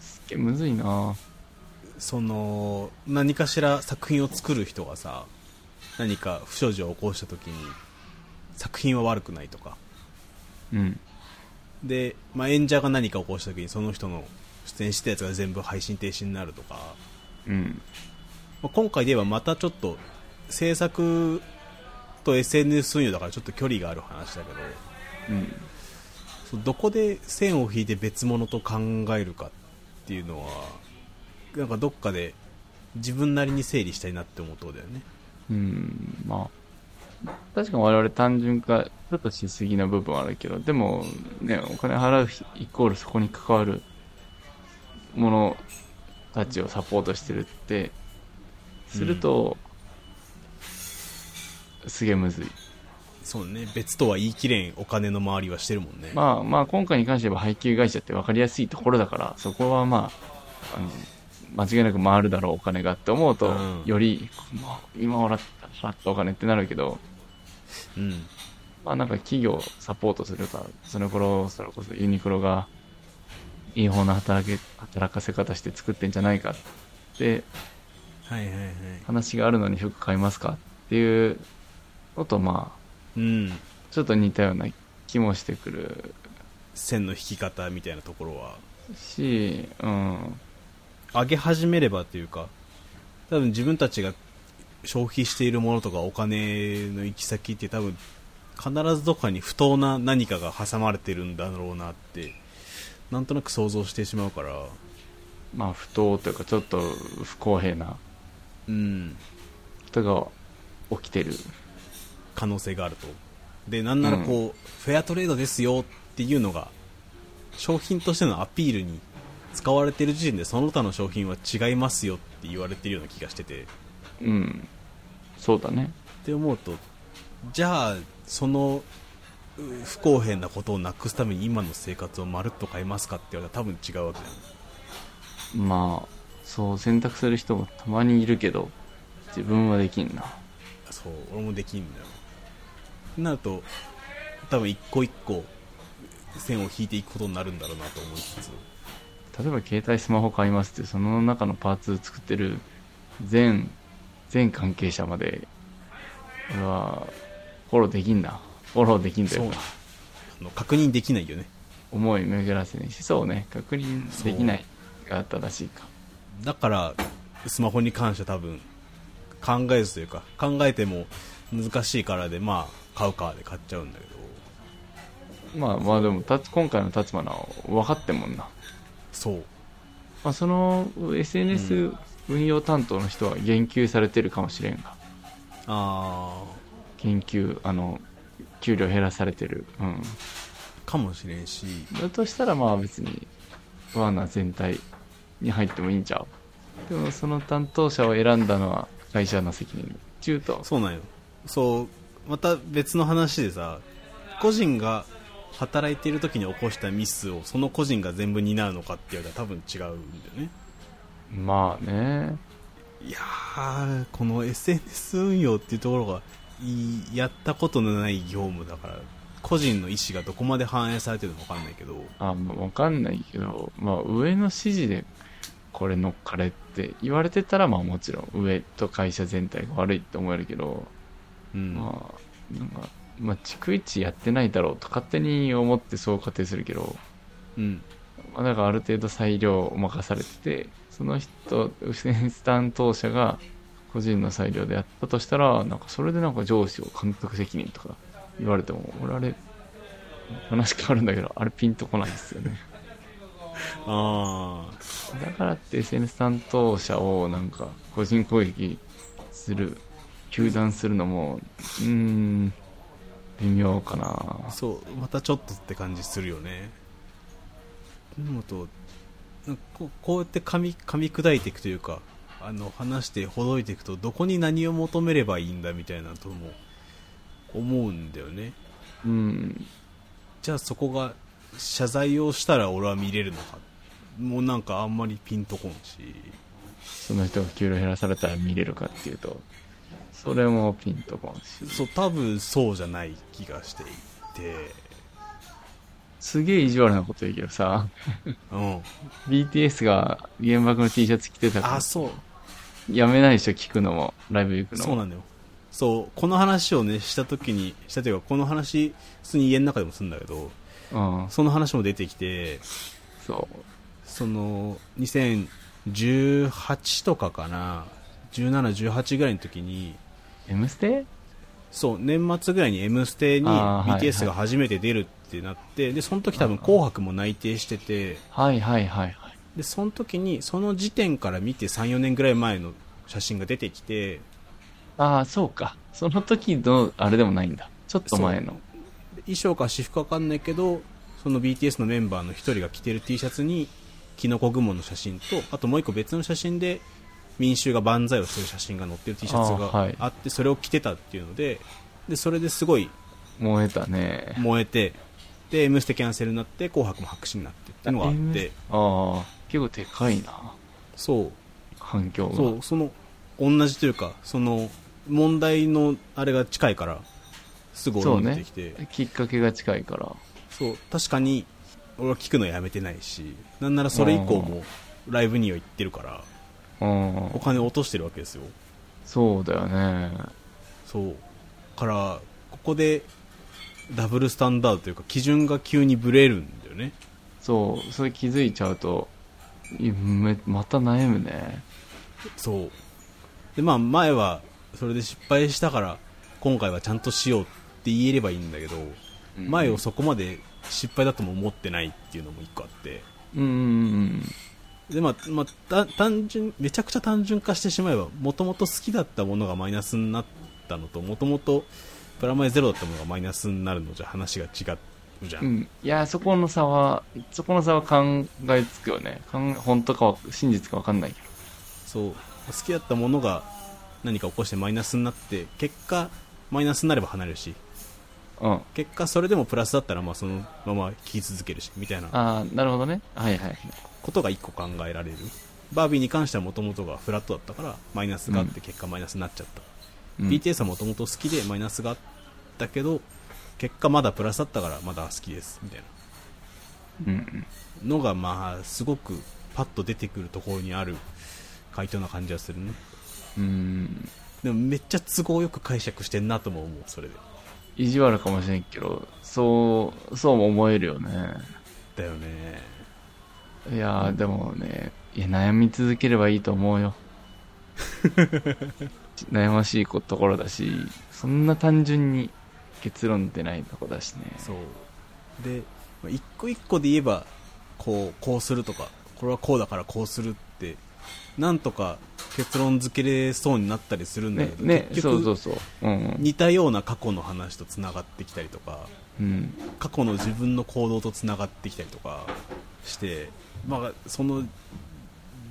[SPEAKER 2] すっげえむずいな
[SPEAKER 1] その何かしら作品を作る人がさ何か不祥事を起こした時に作品は悪くないとか
[SPEAKER 2] うん。
[SPEAKER 1] で、まあ、演者が何か起こした時にその人の出演したやつが全部配信停止になるとか、
[SPEAKER 2] うん。
[SPEAKER 1] まあ、今回で言えばまたちょっと制作と SNS 運用だからちょっと距離がある話だけど
[SPEAKER 2] うん。
[SPEAKER 1] そうどこで線を引いて別物と考えるかっていうのはなんかどっかで自分なりに整理したいなって思うとこだよね。
[SPEAKER 2] うん。まあ。確かに我々単純化、ちょっとしすぎな部分はあるけど、でも、ね、お金払う人イコールそこに関わるものたちをサポートしてるって、すると、すげえむずい。
[SPEAKER 1] そうね別とは言い切れんお金の周りはしてるもんね、
[SPEAKER 2] まあまあ今回に関して言えば配給会社って分かりやすいところだからそこはまああの間違いなく回るだろうお金がって思うと、
[SPEAKER 1] うん
[SPEAKER 2] よりまあ今もらったらお金ってなるけど
[SPEAKER 1] うん
[SPEAKER 2] まあなんか企業をサポートするかその頃それこそユニクロがいい方の働け働かせ方して作ってんじゃないかって
[SPEAKER 1] はいはいはい
[SPEAKER 2] 話があるのに服買いますかっていうのとまあ
[SPEAKER 1] うん
[SPEAKER 2] ちょっと似たような気もしてくる
[SPEAKER 1] 線の引き方みたいなところは
[SPEAKER 2] しうん
[SPEAKER 1] 上げ始めればというか多分自分たちが消費しているものとかお金の行き先って多分必ずどこかに不当な何かが挟まれてるんだろうなってなんとなく想像してしまうから
[SPEAKER 2] まあ不当というかちょっと不公平な
[SPEAKER 1] うん
[SPEAKER 2] ことが起きてる
[SPEAKER 1] 可能性があるとでなんならこう、フェアトレードですよっていうのが商品としてのアピールに使われてる時点でその他の商品は違いますよって言われてるような気がしててっ
[SPEAKER 2] うんそうだね
[SPEAKER 1] て思うとじゃあそのう不公平なことをなくすために今の生活をまるっと変えますかって言われたら多分違うわけだよ
[SPEAKER 2] まあそう選択する人もたまにいるけど自分はできんな
[SPEAKER 1] そう俺もできんだよなると多分一個一個線を引いていくことになるんだろうなと思いつつ
[SPEAKER 2] 例えば携帯スマホ買いますってその中のパーツ作ってる全全関係者まで俺はフォローできんなフォローできんというか
[SPEAKER 1] あの確認できないよね
[SPEAKER 2] 思い巡らせにしそうね確認できないがあったらしいか
[SPEAKER 1] だからスマホに関しては多分考えずというか考えても難しいからでまあ買うかで買っちゃうんだけど
[SPEAKER 2] まあまあでもた今回の立花は分かってんもんな、
[SPEAKER 1] そう
[SPEAKER 2] まあ、その SNS 運用担当の人は言及されてるかもしれんが
[SPEAKER 1] あ
[SPEAKER 2] 研究あの給料減らされてるうん
[SPEAKER 1] ーかもしれんし
[SPEAKER 2] だとしたらまあ別にワーナー全体に入ってもいいんちゃうでもその担当者を選んだのは会社の責任中と
[SPEAKER 1] そうなんよそうまた別の話でさ個人が働いている時に起こしたミスをその個人が全部担うのかっていうのは多分違うんだよね
[SPEAKER 2] まあね
[SPEAKER 1] いやーこの SNS 運用っていうところがいやったことのない業務だから個人の意思がどこまで反映されてるのか分かんないけど
[SPEAKER 2] あまあ分かんないけど、まあ、上の指示でこれ乗っかれって言われてたらまあもちろん上と会社全体が悪いって思えるけど、
[SPEAKER 1] うん、
[SPEAKER 2] まあなんか、まあ、逐一やってないだろうと勝手に思ってそう仮定するけど、
[SPEAKER 1] うん、
[SPEAKER 2] まあ、だからある程度裁量を任されててその人担当者が個人の裁量でやったとしたらなんかそれでなんか上司を監督責任とか言われても俺あれ話変わるんだけどあれピンとこないですよね
[SPEAKER 1] あー
[SPEAKER 2] だからって SNS 担当者をなんか個人攻撃する糾弾するのもうーん微妙かな
[SPEAKER 1] そうまたちょっとって感じするよねでもとなんかこうこうやって噛み噛み砕いていくというかあの話してほどいていくとどこに何を求めればいいんだみたいなとも思うんだよね
[SPEAKER 2] うん
[SPEAKER 1] じゃあそこが謝罪をしたら俺は見れるのかもうなんかあんまりピンとこんし
[SPEAKER 2] その人が給料減らされたら見れるかっていうとそれもピンとこんし
[SPEAKER 1] そう多分そうじゃない気がしていて
[SPEAKER 2] すげえ意地悪なこと言うけどさ、
[SPEAKER 1] うん
[SPEAKER 2] BTS が原爆の T シャツ着てたから
[SPEAKER 1] あ、そう
[SPEAKER 2] やめないでしょ、聞くのも、ライブ行くのも。
[SPEAKER 1] そうなんだよそうこの話をねした時にしたというかこの話普通に家の中でもするんだけど
[SPEAKER 2] うん、
[SPEAKER 1] その話も出てきて
[SPEAKER 2] そ
[SPEAKER 1] その2018とかかな1718ぐらいの時に
[SPEAKER 2] う。M ステ
[SPEAKER 1] そう年末ぐらいに「M ステ」に
[SPEAKER 2] あーはい
[SPEAKER 1] BTS が初めて出るってなって、でその時多分「紅白」も内定してて
[SPEAKER 2] はいはいはいはい。
[SPEAKER 1] でその時にその時点から見て34年ぐらい前の写真が出てきて
[SPEAKER 2] ああ、そうか。その時の、あれでもないんだ。ちょっと前の。
[SPEAKER 1] 衣装か私服かわかんないけどその BTS のメンバーの一人が着てる T シャツにキノコ雲の写真とあともう一個別の写真で民衆が万歳をする写真が載ってる T シャツ
[SPEAKER 2] あはい
[SPEAKER 1] があってそれを着てたっていうのででそれですごい
[SPEAKER 2] 燃えたね。
[SPEAKER 1] 燃えてで「M ステ」キャンセルになって「紅白」も白紙になってっていうのがあって
[SPEAKER 2] ああ、結構でかいな。
[SPEAKER 1] そう
[SPEAKER 2] 反響が。
[SPEAKER 1] そうその同じというかその問題のあれが近いからすぐ
[SPEAKER 2] そう
[SPEAKER 1] 俺も出て
[SPEAKER 2] ね
[SPEAKER 1] きて。
[SPEAKER 2] きっかけが近いから。
[SPEAKER 1] そう確かに俺は聞くのやめてないしなんならそれ以降もライブには行ってるから
[SPEAKER 2] うん
[SPEAKER 1] お。金を落としてるわけですよ
[SPEAKER 2] そうだよね。
[SPEAKER 1] そうだからここでダブルスタンダードというか基準が急にブレるんだよね
[SPEAKER 2] そう、それ気づいちゃうと、いめまた悩むね。
[SPEAKER 1] そうでまあ前はそれで失敗したから今回はちゃんとしようって言えればいいんだけど前をそこまで失敗だとも思ってないっていうのも一個あって
[SPEAKER 2] うんうん
[SPEAKER 1] でまあまあ、た単純めちゃくちゃ単純化してしまえばもともと好きだったものがマイナスになったのともともとプラマイゼロだったものがマイナスになるのじゃ話が違うじゃん、
[SPEAKER 2] うんうんいやそこの差はそこの差は考えつくよね考え本当かは真実か分かんないけ
[SPEAKER 1] そう好きだったものが何か起こしてマイナスになって結果マイナスになれば離れるし
[SPEAKER 2] どうんあ
[SPEAKER 1] 結果それでもプラスだったらまあそのまま聞き続けるしみたいな
[SPEAKER 2] あーなるほどねはいはい
[SPEAKER 1] ことが1個考えられるバービーに関してはもともとがフラットだったからマイナスがあって結果マイナスになっちゃった、
[SPEAKER 2] うん
[SPEAKER 1] BTS はもともと好きでマイナスがあったけど結果まだプラスだったからまだ好きですみたいな
[SPEAKER 2] うん
[SPEAKER 1] のがまあすごくパッと出てくるところにある回答な感じはするね
[SPEAKER 2] うんうん
[SPEAKER 1] でもめっちゃ都合よく解釈してんなとも思うそれで
[SPEAKER 2] 意地悪かもしれんけどそうそうも思えるよね
[SPEAKER 1] だよね
[SPEAKER 2] いやーでもねいや悩み続ければいいと思う よ悩ましいこところだしそんな単純に結論出ないとこだしね
[SPEAKER 1] そうでまあ一個一個で言えばこうこうするとかこれはこうだからこうするってなんとか結論付けれそうになったりするんだ
[SPEAKER 2] ね
[SPEAKER 1] けど、
[SPEAKER 2] ね
[SPEAKER 1] 結
[SPEAKER 2] そうそ
[SPEAKER 1] 局
[SPEAKER 2] うそううん
[SPEAKER 1] 似たような過去の話とつながってきたりとか
[SPEAKER 2] うん
[SPEAKER 1] 過去の自分の行動とつながってきたりとかして、まあ、その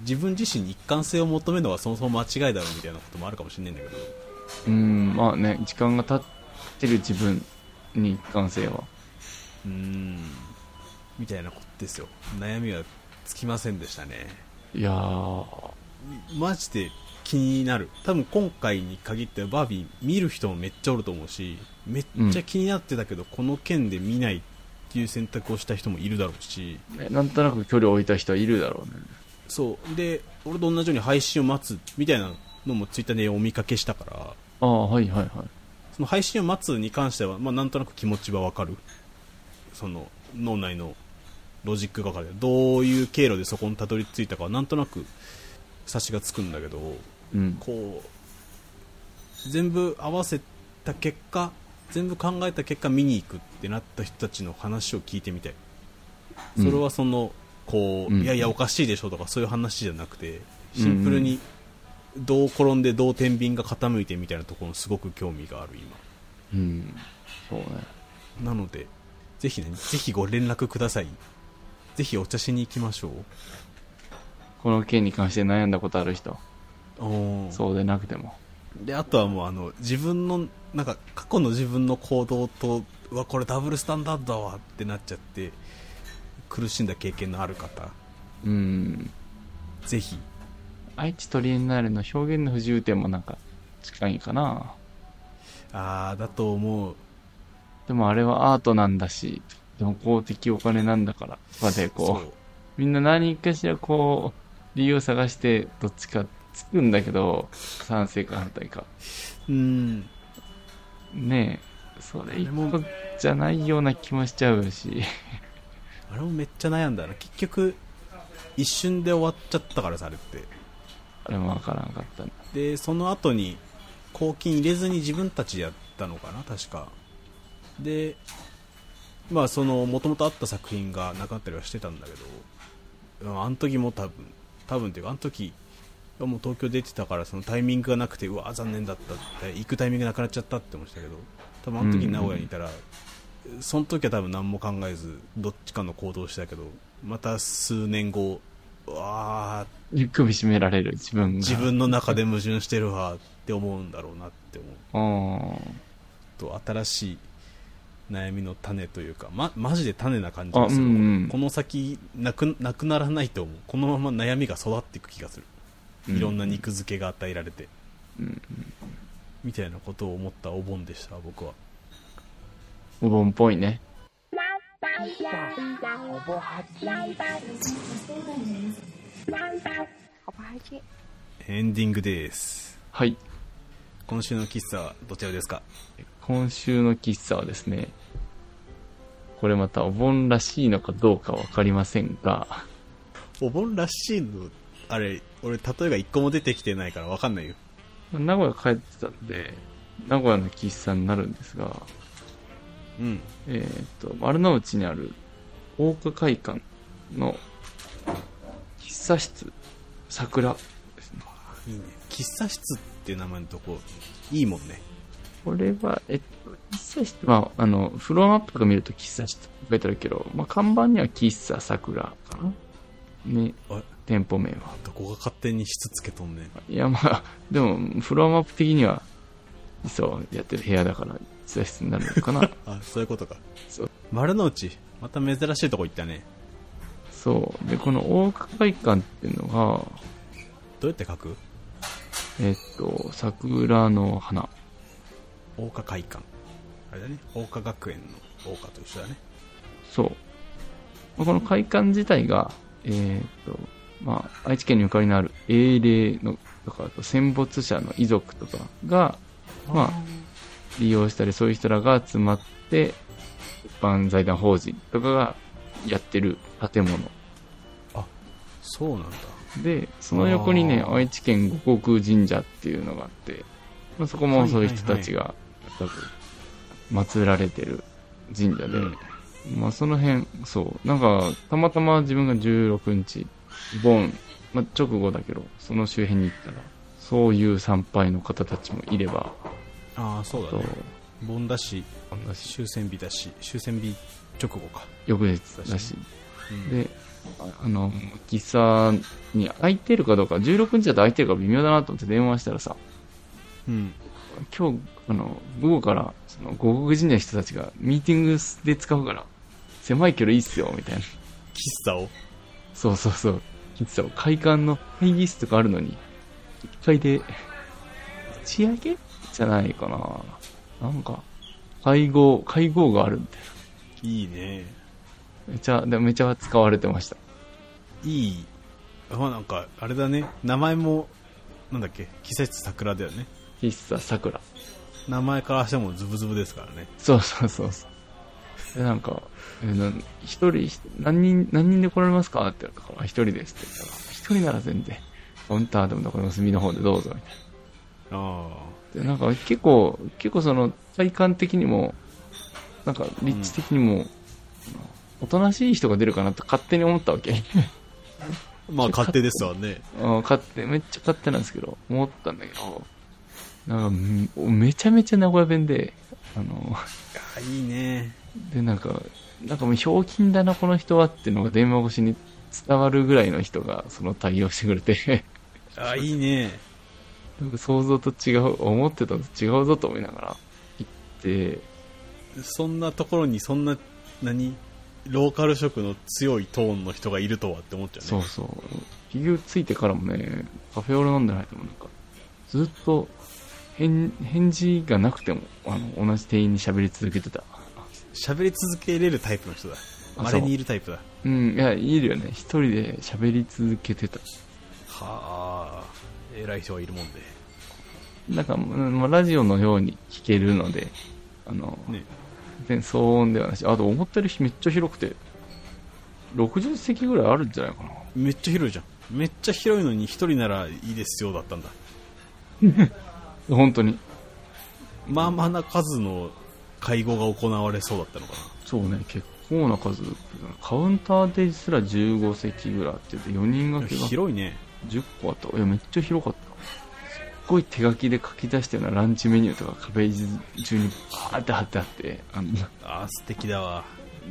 [SPEAKER 1] 自分自身に一貫性を求めるのはそもそも間違いだろうみたいなこともあるかもしれないんだけど
[SPEAKER 2] うんまあね時間が経ってる自分に一貫性は
[SPEAKER 1] うーんみたいなことですよ悩みはつきませんでしたね
[SPEAKER 2] いやー
[SPEAKER 1] マジで気になる多分今回に限ってはバービー見る人もめっちゃおると思うしめっちゃ気になってたけど、この件で見ないっていう選択をした人もいるだろうし
[SPEAKER 2] ねなんとなく距離を置いた人はいるだろうね
[SPEAKER 1] そうで俺と同じように配信を待つみたいなのもツイッターでお見かけしたから
[SPEAKER 2] ああはいはいはい
[SPEAKER 1] その配信を待つに関しては、まあ、なんとなく気持ちはわかるその脳内のロジックがわかるどういう経路でそこにたどり着いたかはなんとなく察しがつくんだけど
[SPEAKER 2] うん
[SPEAKER 1] こう全部合わせた結果全部考えた結果見に行くってなった人たちの話を聞いてみたいそれはその、こう
[SPEAKER 2] うん
[SPEAKER 1] いやいやおかしいでしょとかそういう話じゃなくてシンプルにどう転んでどう天秤が傾いてみたいなところにすごく興味がある今
[SPEAKER 2] うんそうね
[SPEAKER 1] なのでぜひねぜひご連絡くださいぜひお茶しに行きましょう
[SPEAKER 2] この件に関して悩んだことある人
[SPEAKER 1] おー
[SPEAKER 2] そうでなくても
[SPEAKER 1] であとはもうあの自分のなんか過去の自分の行動とうわこれダブルスタンダードだわってなっちゃって苦しんだ経験のある方
[SPEAKER 2] うん
[SPEAKER 1] ぜひ
[SPEAKER 2] 愛知トリエンナーレの表現の不自由点もなんか近いかな
[SPEAKER 1] ああだと思う
[SPEAKER 2] でもあれはアートなんだしでも公的お金なんだからまで
[SPEAKER 1] そ
[SPEAKER 2] こう
[SPEAKER 1] う
[SPEAKER 2] みんな何かしらこう理由を探してどっちかつくんだけど賛成か反対か
[SPEAKER 1] うん
[SPEAKER 2] ねえそれ一
[SPEAKER 1] あれ
[SPEAKER 2] 個じゃないような気もしちゃうし
[SPEAKER 1] あれもめっちゃ悩んだな結局一瞬で終わっちゃったからさあれって
[SPEAKER 2] あれもわからんかったね
[SPEAKER 1] でその後に公金入れずに自分たちでやったのかな確かでまあその元々あった作品がなくなったりはしてたんだけどうんあの時も多分多分っていうかあの時もう東京出てたからそのタイミングがなくてうわ残念だったって行くタイミングなくなっちゃったって思ってたけど多分あの時に名古屋にいたら、その時は多分何も考えずどっちかの行動をしたけどまた数年後うわー
[SPEAKER 2] 首絞められる自分が
[SPEAKER 1] 自分の中で矛盾してるわって思うんだろうなって思う
[SPEAKER 2] うん
[SPEAKER 1] と新しい悩みの種というか、ま、マジで種な感じがする、
[SPEAKER 2] あうんうん
[SPEAKER 1] この先なくなくならないと思うこのまま悩みが育っていく気がするいろんな肉付けが与えられて、
[SPEAKER 2] うん
[SPEAKER 1] みたいなことを思ったお盆でした僕は
[SPEAKER 2] お盆っぽいね
[SPEAKER 1] エンディングです
[SPEAKER 2] はい
[SPEAKER 1] 今週の喫茶はどちらですか
[SPEAKER 2] 今週の喫茶はですね、これまたお盆らしいのかどうかわかりませんが、
[SPEAKER 1] お盆らしいのあれ俺例えが一個も出てきてないから分かんないよ
[SPEAKER 2] 名古屋帰ってたんで、名古屋の喫茶になるんですが、
[SPEAKER 1] うん
[SPEAKER 2] えーっと、丸の内にある大岡会館の喫茶室、桜ですね。
[SPEAKER 1] いいね喫茶室っていう名前のとこいいもんね
[SPEAKER 2] これは、えっと、喫茶室、まあ、あの、フロアマップが見ると喫茶室って書いてあるけど、まあ、看板には喫茶桜かなね
[SPEAKER 1] あ、
[SPEAKER 2] 店舗名は。
[SPEAKER 1] どこが勝手に質つけとんねん
[SPEAKER 2] いやまあ、でも、フロアマップ的には、そう、やってる部屋だから、喫茶室になるのかな。
[SPEAKER 1] あそういうことか
[SPEAKER 2] そう
[SPEAKER 1] 丸の内また珍しいとこ行ったね
[SPEAKER 2] そう。で、この大岡会館っていうのが、
[SPEAKER 1] どうやって書く
[SPEAKER 2] えっと、桜の花。
[SPEAKER 1] 大岡会館あれだね大岡学園の大岡と一緒だね
[SPEAKER 2] そう。まあこの会館自体が、えーっと、まあ、愛知県にゆかりのある英霊の、とか、あと戦没者の遺族とかが、まあ、利用したり、そういう人らが集まって、一般財団法人とかがやってる建物。
[SPEAKER 1] そうなんだ
[SPEAKER 2] で、その横にね
[SPEAKER 1] あ、ー
[SPEAKER 2] 愛知県五国神社っていうのがあって、まあ、そこもそういう人たちが、多分、祀られてる神社
[SPEAKER 1] う
[SPEAKER 2] で、
[SPEAKER 1] ん
[SPEAKER 2] まあその辺、そう、なんか、たまたま自分が16日、盆、まあ直後だけど、その周辺に行ったら、そういう参拝の方たちもいれば、
[SPEAKER 1] ああそうだ
[SPEAKER 2] そう
[SPEAKER 1] ね、盆だし
[SPEAKER 2] なんだし
[SPEAKER 1] 終戦日だし終戦日直後か、
[SPEAKER 2] 翌日だし、
[SPEAKER 1] うん
[SPEAKER 2] で、あの、喫茶に空いてるかどうか、16日だと空いてるか微妙だなと思って電話したらさ、
[SPEAKER 1] うん
[SPEAKER 2] 今日、あの、午後から、その、五国神社の人たちが、ミーティングで使うから、狭い距離いいっすよ、みたいな。
[SPEAKER 1] 喫茶を
[SPEAKER 2] そうそうそう。実は、会館の会議室とかあるのに、1階で、打ち上げじゃないかな。なんか、会合、会合があるみたい
[SPEAKER 1] いいね
[SPEAKER 2] な。めちゃ、でめちゃ使われてました。
[SPEAKER 1] いいまあなんかあれだね名前もなんだっけ季節桜だよね
[SPEAKER 2] 喫茶桜。
[SPEAKER 1] 名前からしてもズブズブですからね
[SPEAKER 2] そうそうそうそう。で、なんか、えな一人、何人、何人で来られますかって言われたから、一人ですって言ったら、一人なら全然、カウンターでもどこでも隅の方でどうぞ、みたい
[SPEAKER 1] あ
[SPEAKER 2] な。で、なんか結構、結構その、体感的にも、なんか、立地的にも、おとなしい人が出るかなと勝手に思ったわけ。
[SPEAKER 1] あまあ勝手ですわね
[SPEAKER 2] うん勝手、めっちゃ勝手なんですけど、思ったんだけど、なんか、めめちゃめちゃ名古屋弁で、あ の、
[SPEAKER 1] あいいね
[SPEAKER 2] でなんかなんかもうひょうきんだなこの人はっていうのが電話越しに伝わるぐらいの人がその対応してくれて
[SPEAKER 1] あいいね
[SPEAKER 2] なんか想像と違う思ってたのと違うぞと思いながら行って
[SPEAKER 1] そんなところにそんな何ローカル色の強いトーンの人がいるとはって思っちゃうね
[SPEAKER 2] そうそうフィギュついてからもねカフェオレ飲んでないともなんかずっと返返事がなくてもあの同じ店員に喋り続けてた
[SPEAKER 1] 喋り続けれるタイプの人だ
[SPEAKER 2] あ
[SPEAKER 1] まれにいるタイプだ
[SPEAKER 2] うんいやいるよね一人で喋り続けてた
[SPEAKER 1] はあ偉い人がいるもんで
[SPEAKER 2] なんかもうもうラジオのように聞けるのであの、
[SPEAKER 1] ね
[SPEAKER 2] 全然騒音ではないし、あと思ったよりめっちゃ広くて、60席ぐらいあるんじゃないかな。
[SPEAKER 1] めっちゃ広いじゃんめっちゃ広いのに一人ならいいですよだったんだ
[SPEAKER 2] 本当に。
[SPEAKER 1] まあまあな数の会合が行われそうだったのか
[SPEAKER 2] そうね、結構な数。カウンターですら15席ぐらいあってて、4人
[SPEAKER 1] な
[SPEAKER 2] 掛けが
[SPEAKER 1] 広いね
[SPEAKER 2] 10個あった。いや、めっちゃ広かった。すっごい手書きで書き出したようなランチメニューとか壁中にバーって貼ってあって、あの、
[SPEAKER 1] ああ素敵だわ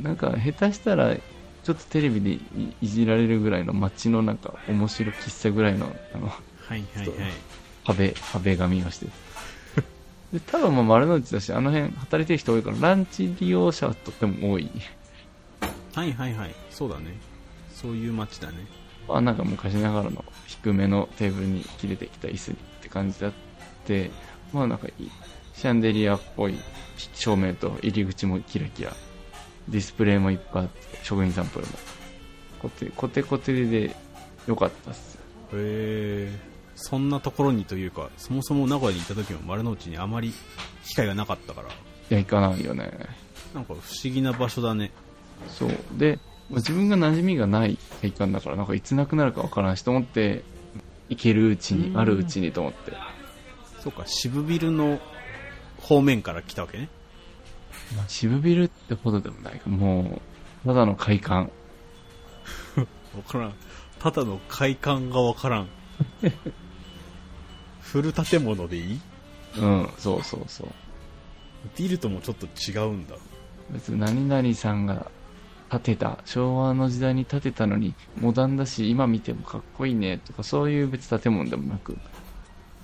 [SPEAKER 2] なんか下手したら、ちょっとテレビでいいじられるぐらいの街のなんか面白喫茶ぐらいの、あの、
[SPEAKER 1] はいはいはい
[SPEAKER 2] 壁、壁紙をして る。で、多分まあ丸の内だし、あの辺働いてる人多いから、ランチ利用者はとっても多い。
[SPEAKER 1] はいはいはいそうだねそういう街だね
[SPEAKER 2] まあなんか昔ながらの低めのテーブルに切れてきた椅子って感じだって、まあなんかいいシャンデリアっぽい照明と入り口もキラキラ、ディスプレイもいっぱいあって、職員さんっぽいのも。コテコテコテで良かったっすよ。
[SPEAKER 1] へえそんなところにというかそもそも名古屋にいた時も丸の内にあまり機会がなかったから
[SPEAKER 2] いや、行かないよね。
[SPEAKER 1] なんか不思議な場所だね
[SPEAKER 2] そう。で、まあ自分が馴染みがない体感だから、なんかいつなくなるかわからんしと思って、行けるうちに、あるうちにと思って。
[SPEAKER 1] そうか渋ビルの方面から来たわけね
[SPEAKER 2] まあ渋ビルってほどでもないか、もう、ただの快感。
[SPEAKER 1] 分からんただの快感が分 からん古建物でいい
[SPEAKER 2] うん、そうそうそう。
[SPEAKER 1] ビルともちょっと違うんだ
[SPEAKER 2] 別に何々さんが建てた、昭和の時代に建てたのに、モダンだし、今見てもかっこいいね、とか、そういう別建物でもなく、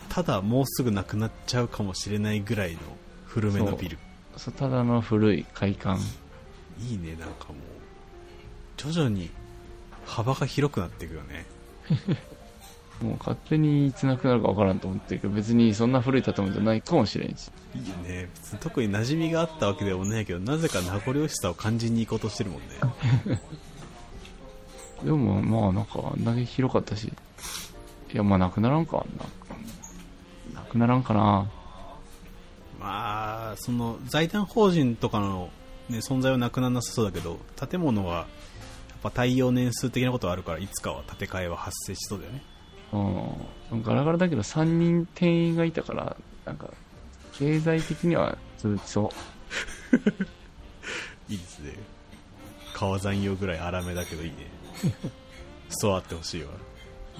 [SPEAKER 1] ただもうすぐなくなっちゃうかもしれないぐらいの古めのビル
[SPEAKER 2] そうただの古い快感。
[SPEAKER 1] いいねなんかもう徐々に幅が広くなっていくよね
[SPEAKER 2] もう勝手にいつなくなるかわからんと思ってるけど、別にそんな古い建物じゃないかもしれんし。
[SPEAKER 1] いいよね別に特に馴染みがあったわけでもないけどなぜか名残惜しさを感じに行こうとしてるもんね
[SPEAKER 2] でもまあなんかあんだけ広かったしいやまあなくならんかななくならんかな
[SPEAKER 1] まあその財団法人とかの、ね、存在はなくならなさそうだけど建物はやっぱ耐用年数的なことはあるからいつかは建て替えは発生しそうだよね
[SPEAKER 2] うんガラガラだけど3人店員がいたからなんか経済的には続きそう
[SPEAKER 1] いいですね川山用ぐらい粗めだけど いいねそうあってほしいわ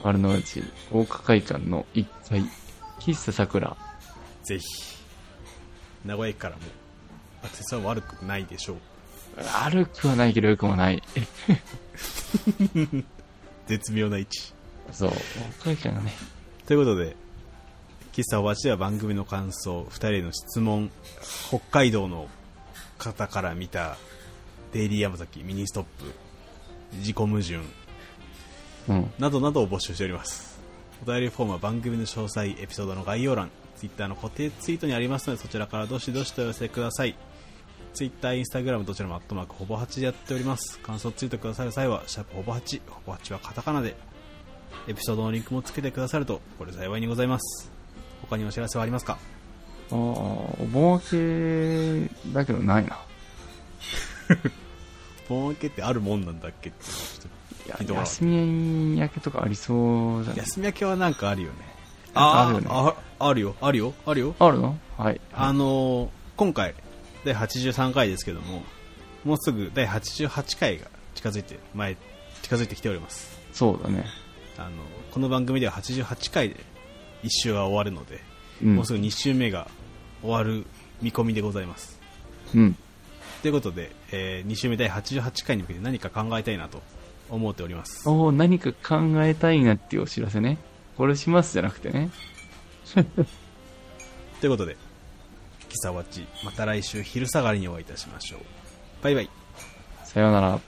[SPEAKER 2] 丸の内大花会館の1階喫茶さくら
[SPEAKER 1] ぜひ名古屋駅からもアクセスは悪くないでしょう
[SPEAKER 2] 悪くはないけどよくもないえ
[SPEAKER 1] 絶妙な位置
[SPEAKER 2] そう大花会館がね
[SPEAKER 1] ということで喫茶おばちでは番組の感想2人への質問北海道の方から見たデイリーヤマザキミニストップ自己矛盾
[SPEAKER 2] うん
[SPEAKER 1] などなどを募集しておりますお便りフォームは番組の詳細エピソードの概要欄ツイッターの固定ツイートにありますのでそちらからどしどしとお寄せくださいツイッター、インスタグラムどちらもアットマークほぼ8でやっております感想ツイートくださる際はシャープほぼ8ほぼ8はカタカナでエピソードのリンクもつけてくださるとこれ幸いにございます他にお知らせはありますか
[SPEAKER 2] ああお盆明けだけどないな
[SPEAKER 1] 盆明けってあるもんなんだっけってちょっ
[SPEAKER 2] いや
[SPEAKER 1] ひどい
[SPEAKER 2] 休み明けとかありそうじゃ
[SPEAKER 1] と
[SPEAKER 2] ない
[SPEAKER 1] 休み明けはなんかあるよね
[SPEAKER 2] あ
[SPEAKER 1] ー
[SPEAKER 2] あるよね
[SPEAKER 1] ああるよあるよあるよ
[SPEAKER 2] あるのはい
[SPEAKER 1] あのー今回、第83回ですけども、もうすぐ第88回が近づいて、前、近づいてきております。
[SPEAKER 2] そうだね
[SPEAKER 1] あのこの番組では88回で1週は終わるので、
[SPEAKER 2] うん
[SPEAKER 1] もうすぐ2週目が終わる見込みでございます。
[SPEAKER 2] うん
[SPEAKER 1] ということで、え2週目第88回に向けて何か考えたいなと思っております。
[SPEAKER 2] おお何か考えたいなっていうお知らせねこれしますじゃなくてね
[SPEAKER 1] ということで、キサワッチ、また来週昼下がりにお会いいたしましょう。バイバイ。
[SPEAKER 2] さようなら